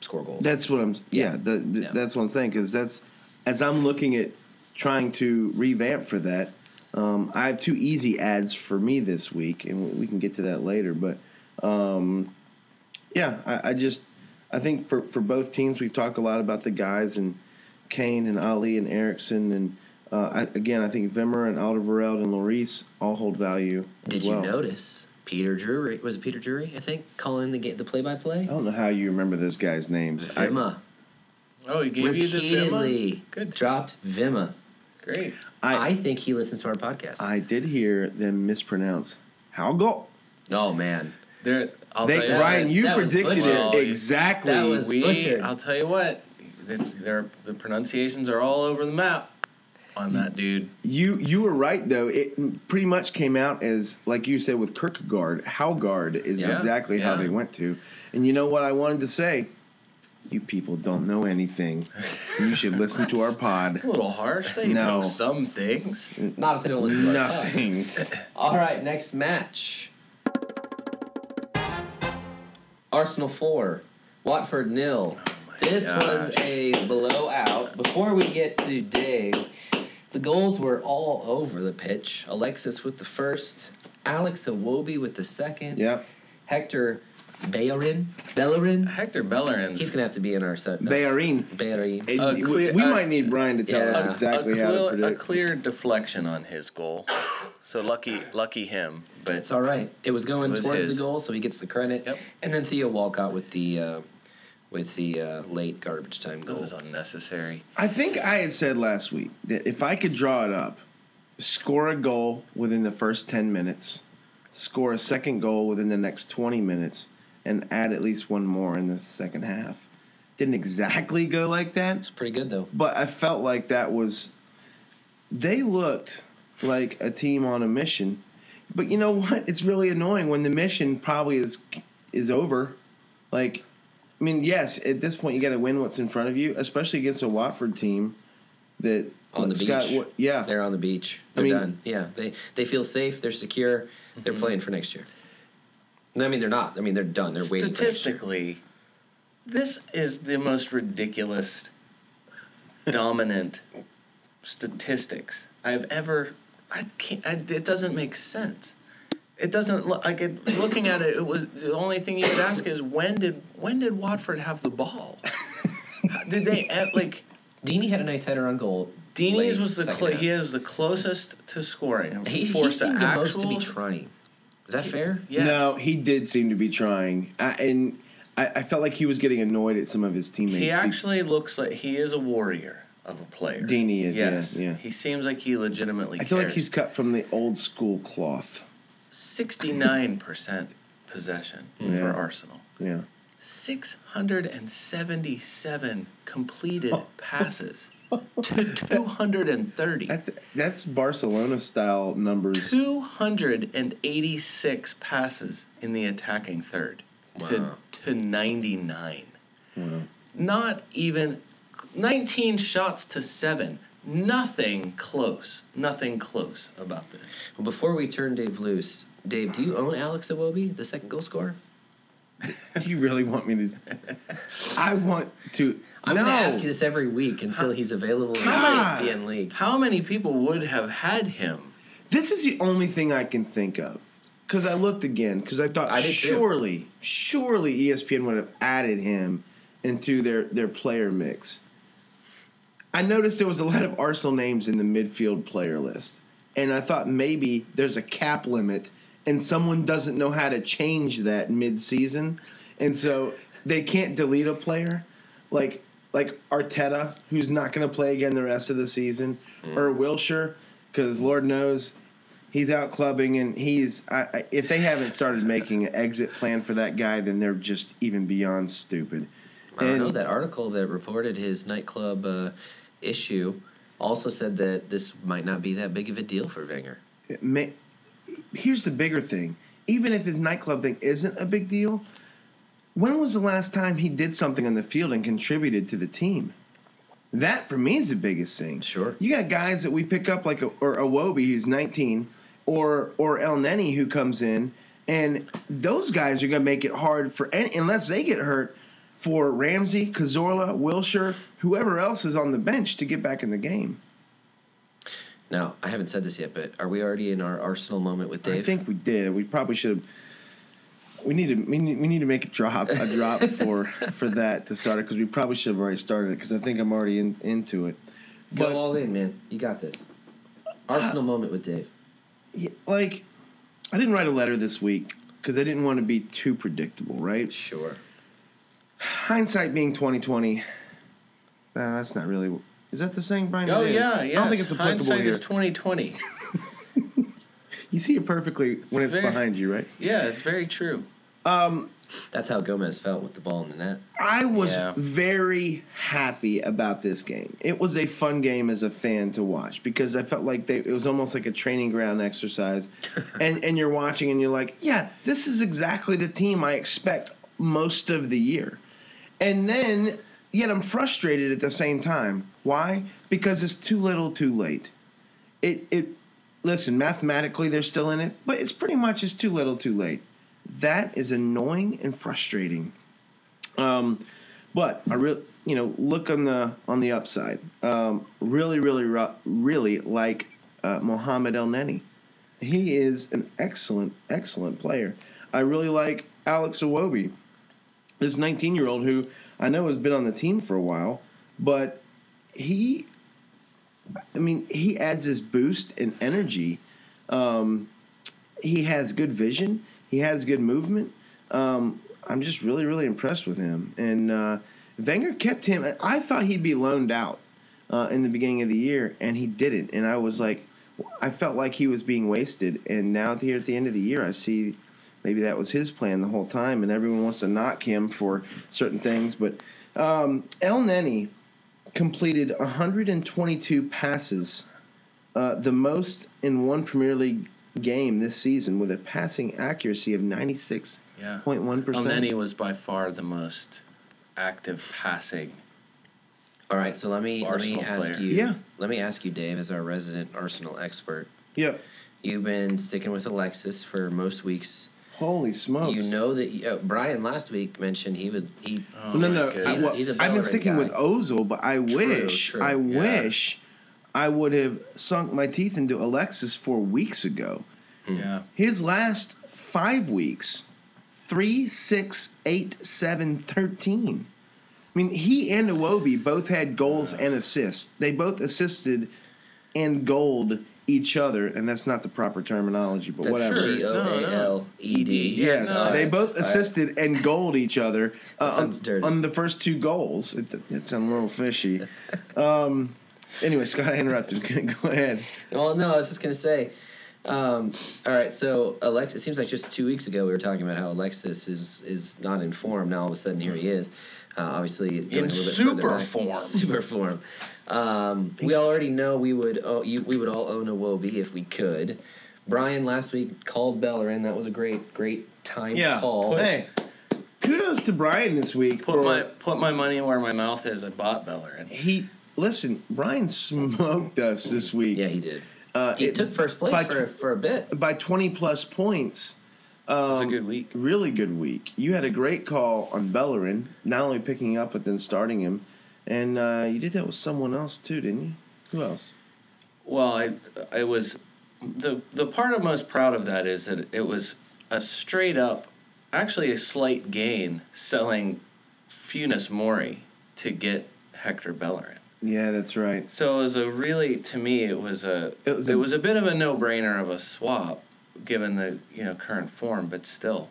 [SPEAKER 3] score goals.
[SPEAKER 2] That's what I'm. Yeah,
[SPEAKER 3] Yeah.
[SPEAKER 2] the, the,
[SPEAKER 3] Yeah.
[SPEAKER 2] that's what I'm saying. Because that's as I'm looking at trying to revamp for that. Um, I have two easy ads for me this week, and we- we can get to that later. But um, yeah, I, I just I think for for both teams, we've talked a lot about the guys and Kane and Ali and Erickson and. Uh, I, again, I think Vimmer and Alderweireld and Lloris all hold value. as
[SPEAKER 3] Did you
[SPEAKER 2] well.
[SPEAKER 3] notice Peter Drury? Was it Peter Drury? I think calling the ga- the play by play.
[SPEAKER 2] I don't know how you remember those guys' names. I-
[SPEAKER 3] Vima
[SPEAKER 1] Oh, he gave you the
[SPEAKER 3] repeatedly
[SPEAKER 1] Vima? Good.
[SPEAKER 3] dropped Vima.
[SPEAKER 1] Great.
[SPEAKER 3] I,
[SPEAKER 2] I-
[SPEAKER 3] think he listens to our podcast.
[SPEAKER 2] I did hear them mispronounce Halgol.
[SPEAKER 3] oh man,
[SPEAKER 1] There, I'll
[SPEAKER 2] They,
[SPEAKER 1] tell you
[SPEAKER 2] Ryan,
[SPEAKER 1] what,
[SPEAKER 2] you
[SPEAKER 3] that was
[SPEAKER 2] predicted
[SPEAKER 1] butchered.
[SPEAKER 2] it
[SPEAKER 1] Well,
[SPEAKER 2] exactly.
[SPEAKER 3] that was-
[SPEAKER 1] we,
[SPEAKER 3] butchered.
[SPEAKER 1] I'll tell you what, it's, their, the pronunciations are all over the map on that dude.
[SPEAKER 2] you you were right though. It pretty much came out as like you said with Kirkegaard. Howgard is
[SPEAKER 1] Yeah,
[SPEAKER 2] exactly how
[SPEAKER 1] yeah.
[SPEAKER 2] they went to. And you know what I wanted to say? You people don't know anything. You should listen to our pod.
[SPEAKER 1] A little harsh. They
[SPEAKER 2] No.
[SPEAKER 1] know some things.
[SPEAKER 3] not if they don't listen. to our podcast.
[SPEAKER 2] Nothing.
[SPEAKER 3] All right, next match. Arsenal four, Watford nil. this was
[SPEAKER 1] gosh.
[SPEAKER 3] a blowout. Before we get to Dave, the goals were all over the pitch. Alexis with the first, Alex Awobi with the second.
[SPEAKER 2] Yep.
[SPEAKER 3] Hector Bellerin. Bellerin.
[SPEAKER 1] Hector Bellerin's
[SPEAKER 3] He's gonna have to be in our set.
[SPEAKER 2] Bayarin.
[SPEAKER 3] Bellerin.
[SPEAKER 2] It-
[SPEAKER 1] A
[SPEAKER 2] we-
[SPEAKER 1] clear-
[SPEAKER 2] we
[SPEAKER 1] a-
[SPEAKER 2] might need Brian to tell us
[SPEAKER 3] Yeah.
[SPEAKER 2] exactly
[SPEAKER 1] a,
[SPEAKER 2] how
[SPEAKER 1] clear,
[SPEAKER 2] to
[SPEAKER 1] a
[SPEAKER 2] predict.
[SPEAKER 1] clear deflection on his goal. So lucky, lucky him. But
[SPEAKER 3] It's all right. It was going
[SPEAKER 1] It was
[SPEAKER 3] towards
[SPEAKER 1] his.
[SPEAKER 3] the goal, so he gets the credit.
[SPEAKER 1] Yep.
[SPEAKER 3] And then Theo Walcott with the uh, with the uh, late garbage time
[SPEAKER 1] it
[SPEAKER 3] goal.
[SPEAKER 1] was unnecessary.
[SPEAKER 2] I think I had said last week that if I could draw it up, score a goal within the first 10 minutes, score a second goal within the next 20 minutes, and add at least one more in the second half. Didn't exactly go like that,
[SPEAKER 3] Pretty good though.
[SPEAKER 2] but I felt like that was. They looked like a team on a mission, but you know what? It's really annoying when the mission probably is is over. Like, I mean, yes, at this point you got to win what's in front of you, especially against a Watford team that
[SPEAKER 3] On the
[SPEAKER 2] that's
[SPEAKER 3] beach.
[SPEAKER 2] what- yeah,
[SPEAKER 3] They're on the beach. They're
[SPEAKER 2] mean-
[SPEAKER 3] done. Yeah. They they feel safe. They're secure. They're
[SPEAKER 1] Mm-hmm.
[SPEAKER 3] playing for next year. No, I mean, they're not. I mean, they're done. They're waiting. For next year.
[SPEAKER 1] Statistically, this is the most ridiculous dominant statistics I've ever. I can't. I, it doesn't make sense. It doesn't look like it. Looking at it, it was the only thing you could ask is when did when did Watford have the ball? did they at like?
[SPEAKER 3] Deeney had a nice header on goal.
[SPEAKER 1] Dini's
[SPEAKER 3] late
[SPEAKER 1] was the
[SPEAKER 3] second
[SPEAKER 1] clo-
[SPEAKER 3] half.
[SPEAKER 1] he is the closest to scoring.
[SPEAKER 3] He, he
[SPEAKER 1] Forced
[SPEAKER 3] seemed
[SPEAKER 1] the
[SPEAKER 3] the most to be
[SPEAKER 1] actual-
[SPEAKER 3] trying. Is that fair?
[SPEAKER 1] Yeah.
[SPEAKER 2] No, he did seem to be trying, I, and I, I felt like he was getting annoyed at some of his teammates.
[SPEAKER 1] He
[SPEAKER 2] be-
[SPEAKER 1] actually looks like he is a warrior. of a player.
[SPEAKER 2] Deeney is, yeah, yeah.
[SPEAKER 1] He seems like he legitimately
[SPEAKER 2] I feel
[SPEAKER 1] cares.
[SPEAKER 2] like he's cut from the old school cloth.
[SPEAKER 1] 69% possession
[SPEAKER 2] Yeah.
[SPEAKER 1] for Arsenal.
[SPEAKER 2] Yeah.
[SPEAKER 1] 677 completed passes to 230.
[SPEAKER 2] That's that's Barcelona style numbers.
[SPEAKER 1] 286 passes in the attacking third
[SPEAKER 3] Wow.
[SPEAKER 1] to, to 99. Not even 19 shots to 7. Nothing close. Nothing close about this.
[SPEAKER 3] Well, before we turn Dave loose, Dave, do you own Alex Awobi, the second goal scorer?
[SPEAKER 2] You really want me to? I want to.
[SPEAKER 3] I'm
[SPEAKER 2] no.
[SPEAKER 3] going to ask you this every week until he's available in the E
[SPEAKER 2] God.
[SPEAKER 3] ESPN League.
[SPEAKER 1] How many people would have had him?
[SPEAKER 2] This is the only thing I can think of. Because I looked again, because I thought
[SPEAKER 3] I did too.
[SPEAKER 2] surely, surely E ESPN would have added him into their, their player mix. I noticed there was a lot of Arsenal names in the midfield player list. And I thought maybe there's a cap limit and someone doesn't know how to change that mid season. And so they can't delete a player like like Arteta, who's not gonna play again the rest of the season,
[SPEAKER 3] Mm.
[SPEAKER 2] or Wilshire, because Lord knows he's out clubbing and he's I, I, if they haven't started making an exit plan for that guy, then they're just even beyond stupid.
[SPEAKER 3] I don't know.
[SPEAKER 2] And-
[SPEAKER 3] That article that reported his nightclub uh, issue also said that this might not be that big of a deal for Wenger.
[SPEAKER 2] It may, here's the bigger thing. Even if his nightclub thing isn't a big deal, when was the last time he did something on the field and contributed to the team? That for me is the biggest thing.
[SPEAKER 3] Sure.
[SPEAKER 2] You got guys that we pick up like a, or Awobi who's 19 or or El Nenny who comes in and those guys are going to make it hard for any, unless they get hurt for Ramsey, Cazorla, Wilshire, whoever else is on the bench to get back in the game.
[SPEAKER 3] Now, I haven't said this yet, but are we already in our Arsenal moment with Dave?
[SPEAKER 2] I think we did. We probably should have. We need to we need, we need to make a drop a drop for for that to start it because we probably should have already started it because I think I'm already in, into it.
[SPEAKER 3] Go
[SPEAKER 2] But-
[SPEAKER 3] all in, man. You got this. Arsenal
[SPEAKER 2] Uh,
[SPEAKER 3] moment with Dave.
[SPEAKER 2] Yeah, like, I didn't write a letter this week because I didn't want to be too predictable, right?
[SPEAKER 3] Sure.
[SPEAKER 2] Hindsight being 2020. Uh, that's not really. Is that the saying, Brian?
[SPEAKER 1] Oh
[SPEAKER 2] It is.
[SPEAKER 1] yeah, yeah.
[SPEAKER 2] I don't think it's applicable
[SPEAKER 1] Hindsight
[SPEAKER 2] here.
[SPEAKER 1] is twenty twenty.
[SPEAKER 2] you see it perfectly when it's
[SPEAKER 1] very-
[SPEAKER 2] behind you, right?
[SPEAKER 1] yeah, it's very true.
[SPEAKER 3] That's how Gomez felt with the ball in the net.
[SPEAKER 2] I was
[SPEAKER 1] Yeah.
[SPEAKER 2] very happy about this game. It was a fun game as a fan to watch because I felt like they, it was almost like a training ground exercise. and and you're watching and you're like, yeah, this is exactly the team I expect most of the year. And then yet I'm frustrated at the same time. Why? Because it's too little, too late. It it listen, mathematically they're still in it, but it's pretty much it's too little, too late. That is annoying and frustrating. Um, but I really, you know, look on the on the upside. Um, really, really, ru- really like uh, Mohamed El Neni. He is an excellent, excellent player. I really like Alex Awobi, this 19 year old who I know has been on the team for a while, but he, I mean, he adds this boost and energy. Um, he has good vision. He has good movement. Um, I'm just really, really impressed with him. And uh, Wenger kept him. I thought he'd be loaned out uh, in the beginning of the year, and he didn't. And I was like, I felt like he was being wasted. And now here at the end of the year, I see maybe that was his plan the whole time, and everyone wants to knock him for certain things. But um, El Nenny completed 122 passes, uh, the most in one Premier League game this season, with a passing accuracy of 96.1%.
[SPEAKER 1] Yeah. Elneny was by far the most active passing.
[SPEAKER 3] All right, so let me
[SPEAKER 1] Arsenal
[SPEAKER 3] let me ask
[SPEAKER 1] player.
[SPEAKER 3] you.
[SPEAKER 2] Yeah.
[SPEAKER 3] Let me ask you, Dave, as our resident Arsenal expert.
[SPEAKER 2] Yep.
[SPEAKER 3] You've been sticking with Alexis for most weeks.
[SPEAKER 2] Holy smokes.
[SPEAKER 3] You know that you, uh, Brian last week mentioned he would he.
[SPEAKER 1] Oh,
[SPEAKER 2] No,
[SPEAKER 1] my
[SPEAKER 2] no.
[SPEAKER 1] goodness.
[SPEAKER 2] I,
[SPEAKER 3] He's-
[SPEAKER 2] well,
[SPEAKER 3] he's a
[SPEAKER 2] I've been
[SPEAKER 3] Bellerin
[SPEAKER 2] sticking
[SPEAKER 3] guy.
[SPEAKER 2] with Ozil, but I wish,
[SPEAKER 3] true,
[SPEAKER 2] I
[SPEAKER 3] yeah.
[SPEAKER 2] wish, I would have sunk my teeth into Alexis four weeks ago.
[SPEAKER 1] Yeah.
[SPEAKER 2] His last five weeks, three, six, eight, seven, thirteen. I mean, he and Awobi both had goals and assists. They both assisted and goaled each other, and that's not the proper terminology, but
[SPEAKER 3] That's
[SPEAKER 2] whatever.
[SPEAKER 3] G O A L E D.
[SPEAKER 1] Yeah,
[SPEAKER 2] Yes,
[SPEAKER 1] no,
[SPEAKER 2] they
[SPEAKER 1] it's-
[SPEAKER 2] both assisted and goaled each other uh,
[SPEAKER 3] sounds
[SPEAKER 2] on,
[SPEAKER 3] dirty.
[SPEAKER 2] on the first two goals. It, it's a little fishy. um, anyway, Scott, I interrupted. Go ahead.
[SPEAKER 3] Well, no, I was just gonna say. Um, all right, so Alex. It seems like just two weeks ago we were talking about how Alexis is is not in form. Now all of a sudden here he is. Uh, obviously, going a little bit
[SPEAKER 5] super
[SPEAKER 3] further back.
[SPEAKER 5] form.
[SPEAKER 3] Super form. Um, we already know we would oh, you, we would all own a Wobie if we could. Brian last week called Bellerin. That was a great great time
[SPEAKER 2] Yeah.
[SPEAKER 3] call.
[SPEAKER 2] Hey, kudos to Brian this week.
[SPEAKER 1] Put
[SPEAKER 2] for-
[SPEAKER 1] my put my money where my mouth is. I bought Bellerin.
[SPEAKER 2] he listen. Brian smoked us this week.
[SPEAKER 3] Yeah, he did.
[SPEAKER 2] Uh,
[SPEAKER 3] he
[SPEAKER 2] it-
[SPEAKER 3] took first place
[SPEAKER 2] by
[SPEAKER 3] for,
[SPEAKER 2] tw-
[SPEAKER 3] for a bit.
[SPEAKER 2] by twenty plus points.
[SPEAKER 1] It
[SPEAKER 2] Um,
[SPEAKER 1] was a good week.
[SPEAKER 2] Really good week. You had a great call on Bellerin, not only picking up but then starting him, and uh, you did that with someone else too, didn't you? Who else?
[SPEAKER 1] Well, I it was the the part I'm most proud of that is that it was a straight up, actually a slight gain selling Funes Mori to get Hector Bellerin.
[SPEAKER 2] Yeah, that's right.
[SPEAKER 1] So it was a really to me it was a
[SPEAKER 2] It
[SPEAKER 1] it
[SPEAKER 2] was
[SPEAKER 1] was
[SPEAKER 2] a-
[SPEAKER 1] a, bit of a no brainer of a swap given the you know current form, but still,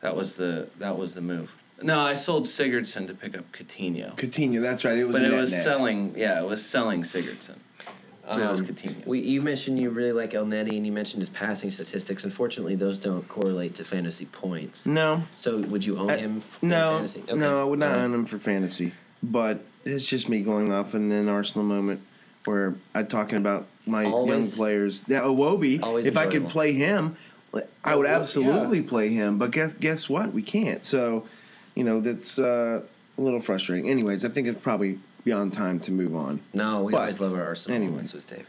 [SPEAKER 1] that was the that was the move. No, I sold Sigurdsson to pick up Coutinho,
[SPEAKER 2] Coutinho, that's right. It was
[SPEAKER 1] but
[SPEAKER 2] a
[SPEAKER 1] it
[SPEAKER 2] net
[SPEAKER 1] was
[SPEAKER 2] net.
[SPEAKER 1] selling. Yeah, it was selling Sigurdsson. But it was
[SPEAKER 2] Um,
[SPEAKER 1] Coutinho.
[SPEAKER 3] We, you mentioned you really like El Neni, and you mentioned his passing statistics. Unfortunately, those don't correlate to fantasy points.
[SPEAKER 2] No,
[SPEAKER 3] So, would you own
[SPEAKER 2] Mm. I-
[SPEAKER 3] him f- in
[SPEAKER 2] no,
[SPEAKER 3] fantasy?
[SPEAKER 2] no, I would not
[SPEAKER 3] Alright.
[SPEAKER 2] own him for fantasy. But it's just me going off and then Arsenal moment where I'm talking about my
[SPEAKER 3] Always-
[SPEAKER 2] young players. Now Owobi,
[SPEAKER 3] Always
[SPEAKER 2] if I could
[SPEAKER 3] enjoyable.
[SPEAKER 2] play him, I would
[SPEAKER 5] Well, yeah.
[SPEAKER 2] absolutely play him. But guess guess what? We can't. So, you know, that's uh, a little frustrating. Anyways, I think it's probably beyond time to move on.
[SPEAKER 3] No, we
[SPEAKER 2] But,
[SPEAKER 3] always love our Arsenal
[SPEAKER 2] anyways.
[SPEAKER 3] moments with Dave.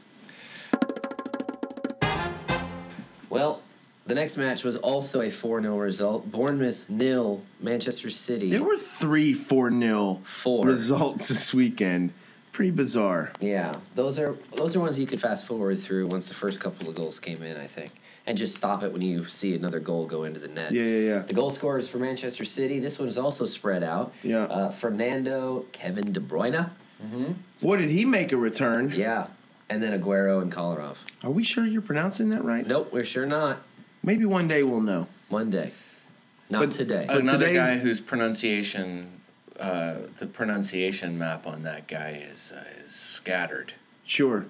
[SPEAKER 3] Well, the next match was also a 4 0 result. Bournemouth nil, Manchester City.
[SPEAKER 2] There were three four nil
[SPEAKER 3] Four.
[SPEAKER 2] results this weekend. Pretty bizarre.
[SPEAKER 3] Yeah, those are those are ones you could fast forward through once the first couple of goals came in, I think, and just stop it when you see another goal go into the net.
[SPEAKER 2] Yeah, yeah, yeah.
[SPEAKER 3] The goal scorers for Manchester City. This one is also spread out.
[SPEAKER 2] Yeah.
[SPEAKER 3] Uh, Fernando, Kevin De Bruyne.
[SPEAKER 2] What did he make a return?
[SPEAKER 3] Yeah, and then Aguero and Kolarov.
[SPEAKER 2] Are we sure you're pronouncing that right?
[SPEAKER 3] Nope, we're sure not.
[SPEAKER 2] Maybe one day we'll know.
[SPEAKER 3] Monday, not
[SPEAKER 2] But- uh,
[SPEAKER 3] today.
[SPEAKER 2] but-
[SPEAKER 1] Another
[SPEAKER 2] today's-
[SPEAKER 1] guy whose pronunciation, uh, the pronunciation map on that guy is uh, is scattered.
[SPEAKER 2] Sure.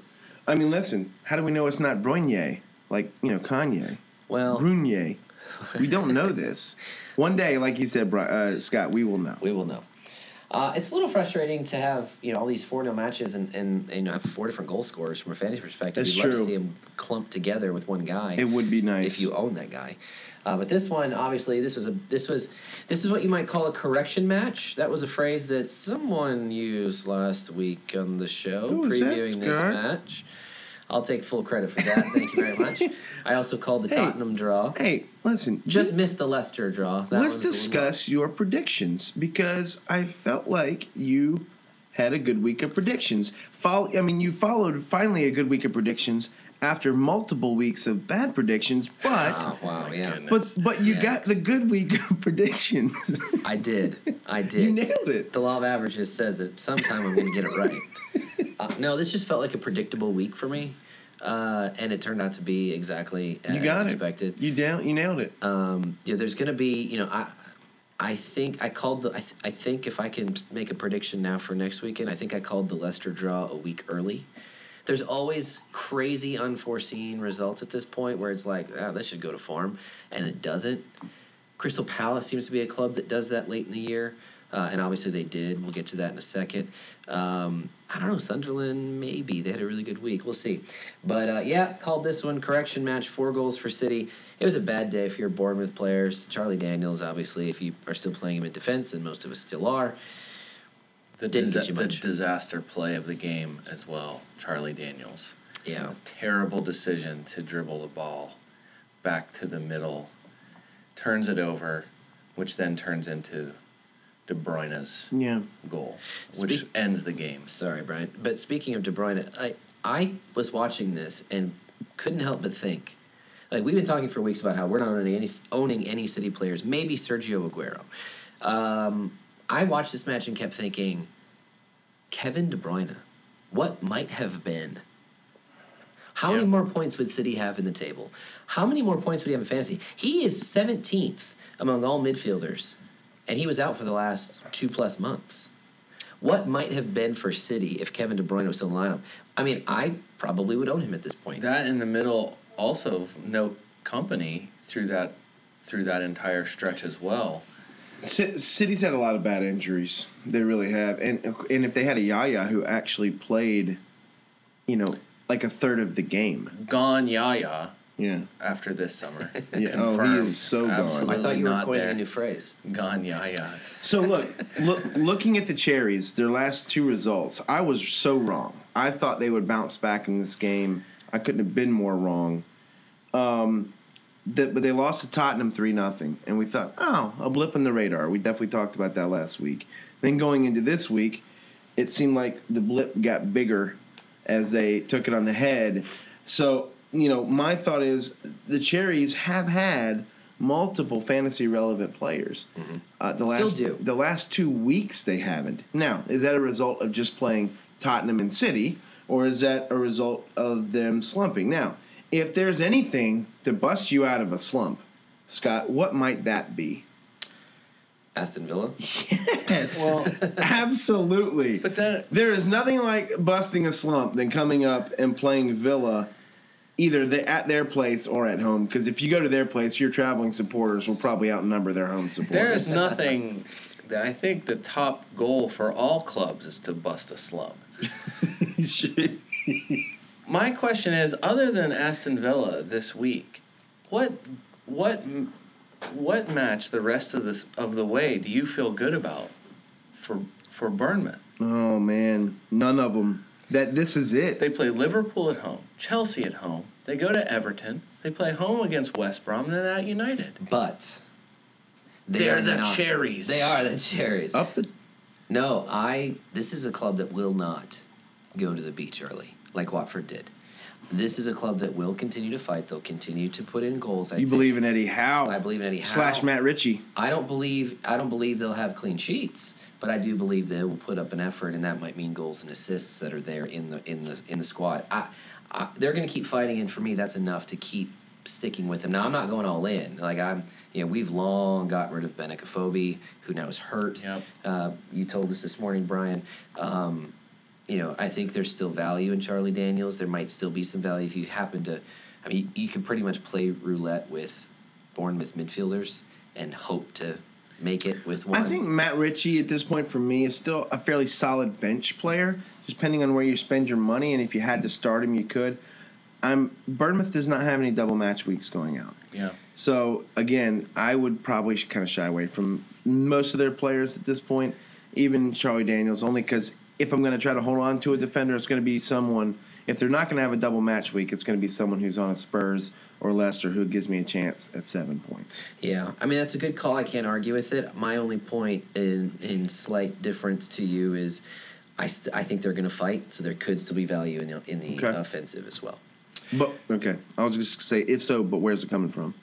[SPEAKER 2] I mean, listen, how do we know it's not Brunier? Like, you know, Kanye.
[SPEAKER 3] well,
[SPEAKER 2] Brunier. We don't know this. One day, like you said, Bri- uh, Scott, we will know.
[SPEAKER 3] we will know. Uh, it's a little frustrating to have you know all these four 0 matches and and and have four different goal scorers from a fantasy perspective.
[SPEAKER 2] That's
[SPEAKER 3] You'd love to
[SPEAKER 2] true.
[SPEAKER 3] see them clumped together with one guy.
[SPEAKER 2] It would be nice.
[SPEAKER 3] if you own that guy. Uh, but this one, obviously, this was a this was this is what you might call a correction match. That was a phrase that someone used last week on the show
[SPEAKER 2] Who was that,
[SPEAKER 3] previewing this
[SPEAKER 2] Scott?
[SPEAKER 3] match. I'll take full credit for that. Thank you very much. I also called the
[SPEAKER 2] Hey.
[SPEAKER 3] Tottenham draw.
[SPEAKER 2] hey, listen,
[SPEAKER 3] Just missed the Leicester draw. That
[SPEAKER 2] let's
[SPEAKER 3] one's a little-
[SPEAKER 2] discuss your predictions because I felt like you had a good week of predictions. Follow, I mean, you followed finally a good week of predictions after multiple weeks of bad predictions, but.
[SPEAKER 3] Oh, wow, yeah.
[SPEAKER 2] But but you got
[SPEAKER 3] Yikes.
[SPEAKER 2] the good week of predictions.
[SPEAKER 3] I did. I did.
[SPEAKER 2] you nailed it.
[SPEAKER 3] The law of averages says that sometime I'm going to get it right. Uh, no, this just felt like a predictable week for me, uh, and it turned out to be exactly as
[SPEAKER 2] You got it.
[SPEAKER 3] expected.
[SPEAKER 2] You down. You nailed it.
[SPEAKER 3] Um, yeah, there's going to be, you know, I, I think I called the. I, th- I think if I can make a prediction now for next weekend, I think I called the Leicester draw a week early. There's always crazy unforeseen results at this point where it's like, ah, this should go to farm, and it doesn't. Crystal Palace seems to be a club that does that late in the year, uh, and obviously they did. We'll get to that in a second. Um, I don't know Sunderland. Maybe they had a really good week. We'll see. But uh, yeah, called this one correction match. Four goals for City. It was a bad day if you're bored with players. Charlie Daniels, obviously, if you are still playing him in defense, and most of us still are.
[SPEAKER 1] The,
[SPEAKER 3] Didn't get you
[SPEAKER 1] the
[SPEAKER 3] much.
[SPEAKER 1] disaster play of the game as well, Charlie Daniels.
[SPEAKER 3] Yeah,
[SPEAKER 1] Terrible decision to dribble the ball back to the middle, turns it over, which then turns into De Bruyne's
[SPEAKER 2] Yeah.
[SPEAKER 1] goal, which
[SPEAKER 3] Speak-
[SPEAKER 1] ends the game.
[SPEAKER 3] Sorry, Brian. But speaking of De Bruyne, I I was watching this and couldn't help but think, like we've been talking for weeks about how we're not owning any owning any City players, maybe Sergio Aguero. Um, I watched this match and kept thinking, Kevin De Bruyne, what might have been. How
[SPEAKER 1] Yeah.
[SPEAKER 3] many more points would City have in the table? How many more points would he have in fantasy? He is 17th among all midfielders, and he was out for the last two plus months. What might have been for City if Kevin De Bruyne was still in the lineup? I mean, I probably would own him at this point.
[SPEAKER 1] That in the middle also no company through that through that entire stretch as well.
[SPEAKER 2] C- City's had a lot of bad injuries. They really have. And and if they had a Yaya who actually played, you know, like a third of the game.
[SPEAKER 1] Gone Yaya
[SPEAKER 2] Yeah.
[SPEAKER 1] after this summer.
[SPEAKER 2] Yeah, oh, he is so gone.
[SPEAKER 3] I thought you were
[SPEAKER 1] not
[SPEAKER 3] coining
[SPEAKER 1] there.
[SPEAKER 3] a new phrase.
[SPEAKER 1] Gone Yaya.
[SPEAKER 2] So look, look, looking at the cherries, their last two results, I was so wrong. I thought they would bounce back in this game. I couldn't have been more wrong. Um, that, but they lost to Tottenham three 0 and we thought, oh, a blip on the radar. We definitely talked about that last week. Then going into this week, it seemed like the blip got bigger as they took it on the head. So, you know, my thought is the Cherries have had multiple fantasy relevant players. Uh, the
[SPEAKER 3] Mm-hmm. Still
[SPEAKER 2] last,
[SPEAKER 3] do.
[SPEAKER 2] The last two weeks they haven't. Now, is that a result of just playing Tottenham and City, or is that a result of them slumping? Now, if there's anything to bust you out of a slump, Scott, what might that be?
[SPEAKER 3] Aston Villa.
[SPEAKER 2] Yes. absolutely.
[SPEAKER 1] But that-
[SPEAKER 2] there is nothing like busting a slump than coming up and playing Villa, either the, at their place or at home. Because if you go to their place, your traveling supporters will probably outnumber their home
[SPEAKER 1] There
[SPEAKER 2] supporters.
[SPEAKER 1] is nothing that I think the top goal for all clubs is to bust a slump. My question is, other than Aston Villa this week, what what m- what match the rest of this of the way do you feel good about for for Bournemouth?
[SPEAKER 2] oh man, none of them. That this is it.
[SPEAKER 1] They play Liverpool at home, Chelsea at home. They go to Everton. They play home against West Brom and then at United.
[SPEAKER 3] But they
[SPEAKER 1] They're
[SPEAKER 3] are
[SPEAKER 1] the
[SPEAKER 3] not-
[SPEAKER 1] cherries. Oh,
[SPEAKER 3] They are the cherries.
[SPEAKER 2] Up the
[SPEAKER 3] No, I. This is a club that will not go to the beach early, like Watford did. This is a club that will continue to fight. They'll continue to put in goals. I
[SPEAKER 2] you
[SPEAKER 3] think.
[SPEAKER 2] believe in Eddie Howe?
[SPEAKER 3] I believe in Eddie Howe.
[SPEAKER 2] Slash Matt Ritchie.
[SPEAKER 3] I don't believe. I don't believe they'll have clean sheets, but I do believe they will put up an effort, and that might mean goals and assists that are there in the in the in the squad. I, I, they're going to keep fighting, and for me, that's enough to keep sticking with them. Now, I'm not going all in. Like I'm, you know, we've long got rid of Benicophobe, who now is hurt.
[SPEAKER 1] Yep.
[SPEAKER 3] Uh, you told us this morning, Brian. Um, you know, I think there's still value in Charlie Daniels. There might still be some value if you happen to. I mean, you can pretty much play roulette with Bournemouth midfielders and hope to make it with one.
[SPEAKER 2] I think Matt Ritchie at this point for me is still a fairly solid bench player, just depending on where you spend your money and if you had to start him, you could. I'm Bournemouth does not have any double match weeks going out,
[SPEAKER 1] Yeah.
[SPEAKER 2] so again, I would probably kind of shy away from most of their players at this point, even Charlie Daniels, only because if I'm going to try to hold on to a defender, it's going to be someone. If they're not going to have a double match week, it's going to be someone who's on a Spurs or Leicester who gives me a chance at seven points.
[SPEAKER 3] Yeah, I mean that's a good call. I can't argue with it. My only point in in slight difference to you is, I st- I think they're going to fight, so there could still be value in the, in the
[SPEAKER 2] Okay.
[SPEAKER 3] offensive as well.
[SPEAKER 2] But okay, I was just gonna say if so, but where's it coming from?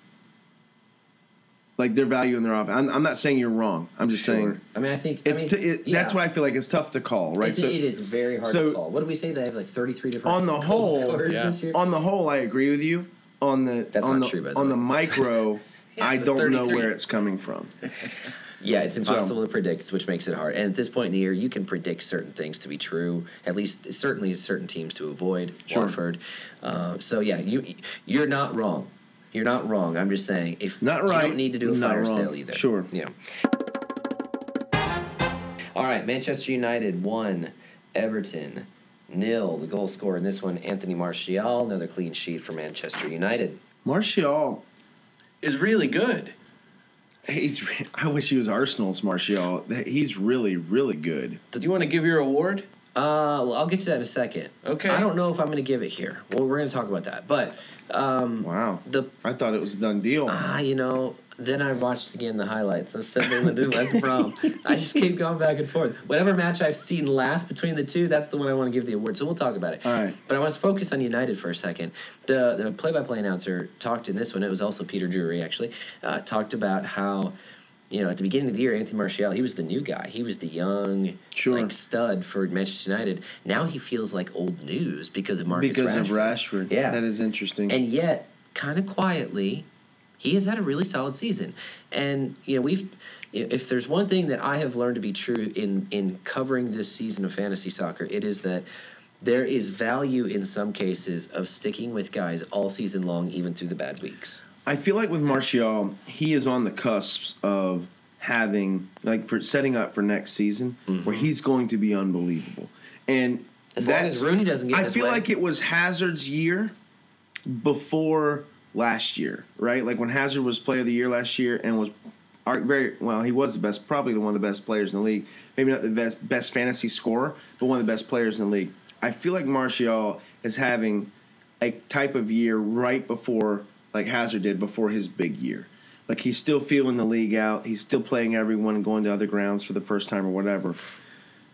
[SPEAKER 2] Like their value in their offense. I'm, I'm not saying you're wrong. I'm just saying
[SPEAKER 3] I mean I think I
[SPEAKER 2] it's
[SPEAKER 3] mean,
[SPEAKER 2] t- it, that's
[SPEAKER 3] yeah.
[SPEAKER 2] why I feel like it's tough to call, right?
[SPEAKER 3] It's, it is very hard
[SPEAKER 2] so-
[SPEAKER 3] to call. What did we say? They have like 33 different
[SPEAKER 2] on the
[SPEAKER 3] goal
[SPEAKER 2] whole.
[SPEAKER 3] scorers
[SPEAKER 1] Yeah.
[SPEAKER 3] this year?
[SPEAKER 2] On the whole, I agree with you. On the
[SPEAKER 3] That's
[SPEAKER 2] on
[SPEAKER 3] not
[SPEAKER 2] the,
[SPEAKER 3] true, by the
[SPEAKER 2] on
[SPEAKER 3] way.
[SPEAKER 2] the micro, I
[SPEAKER 1] so
[SPEAKER 2] don't know
[SPEAKER 1] 33.
[SPEAKER 2] where it's coming from.
[SPEAKER 3] yeah, it's impossible to predict, which makes it hard. And at this point in the year, you can predict certain things to be true, at least certainly certain teams to avoid. Watford. Uh, so yeah, you you're not wrong. You're not wrong. I'm just saying if
[SPEAKER 2] Not
[SPEAKER 3] you
[SPEAKER 2] right,
[SPEAKER 3] don't need to do a
[SPEAKER 2] not
[SPEAKER 3] fire
[SPEAKER 2] wrong.
[SPEAKER 3] sale either.
[SPEAKER 2] Sure.
[SPEAKER 3] Yeah. All right, Manchester United one, Everton nil. The goal scorer in this one, Anthony Martial, another clean sheet for Manchester United.
[SPEAKER 2] Martial,
[SPEAKER 1] Is really good.
[SPEAKER 2] he's. re- I wish he was Arsenal's Martial. That- He's really, really good.
[SPEAKER 1] Do you want to give your award?
[SPEAKER 3] Uh, well, I'll get to that in a second.
[SPEAKER 1] Okay.
[SPEAKER 3] I don't know if I'm going to give it here. Well, we're going to talk about that. But um,
[SPEAKER 2] Wow.
[SPEAKER 3] the
[SPEAKER 2] I thought it was a done deal.
[SPEAKER 3] ah, you know, then I watched again the highlights of Sunderland and West Brom. I just keep going back and forth. Whatever match I've seen last between the two, that's the one I want to give the award. So we'll talk about it.
[SPEAKER 2] All right.
[SPEAKER 3] But I want to focus on United for a second. The the play by play announcer talked in this one. It was also Peter Drury actually uh, talked about how you know, at the beginning of the year, Anthony Martial, he was the new guy. He was the young,
[SPEAKER 2] Sure.
[SPEAKER 3] like stud for Manchester United. Now he feels like old news because of Marcus
[SPEAKER 2] because
[SPEAKER 3] Rashford.
[SPEAKER 2] of Rashford.
[SPEAKER 3] Yeah.
[SPEAKER 2] that is interesting.
[SPEAKER 3] And yet, kind of quietly, he has had a really solid season. And you know, we've you know, if there's one thing that I have learned to be true in in covering this season of fantasy soccer, it is that there is value in some cases of sticking with guys all season long, even through the bad weeks.
[SPEAKER 2] I feel like with Martial, he is on the cusps of having like for setting up for next season, where he's going to be unbelievable. And
[SPEAKER 3] Mm-hmm. As long
[SPEAKER 2] that's-
[SPEAKER 3] as Rooney doesn't get in
[SPEAKER 2] I
[SPEAKER 3] his
[SPEAKER 2] feel
[SPEAKER 3] way.
[SPEAKER 2] like it was Hazard's year before last year, right? Like when Hazard was Player of the Year last year and was ar- very well, he was the best, probably the one of the best players in the league. Maybe not the best best fantasy scorer, but one of the best players in the league. I feel like Martial is having a type of year right before, like Hazard did before his big year. Like he's still feeling the league out. He's still playing everyone and going to other grounds for the first time or whatever.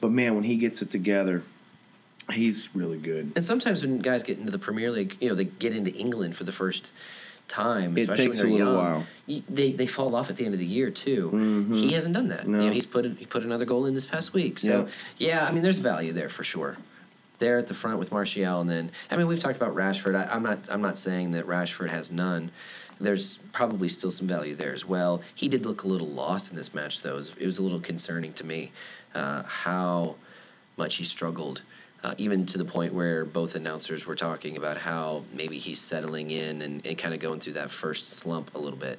[SPEAKER 2] But man, when he gets it together, he's really good.
[SPEAKER 3] And sometimes when guys get into the Premier League, you know, they get into England for the first time,
[SPEAKER 2] It
[SPEAKER 3] especially
[SPEAKER 2] takes a
[SPEAKER 3] when they're
[SPEAKER 2] little
[SPEAKER 3] young.
[SPEAKER 2] while. Mm-hmm.
[SPEAKER 3] y- They, they fall off at the end of the year too. He hasn't done that.
[SPEAKER 2] No.
[SPEAKER 3] You know, he's put he put another goal in this past week. So yeah, I mean, there's value there for sure. There at the front with Martial, and then I mean, we've talked about Rashford. I, I'm not I'm not saying that Rashford has none. There's probably still some value there as well. He did look a little lost in this match, though. It was, it was a little concerning to me uh, how much he struggled, uh, even to the point where both announcers were talking about how maybe he's settling in and, and kind of going through that first slump a little bit.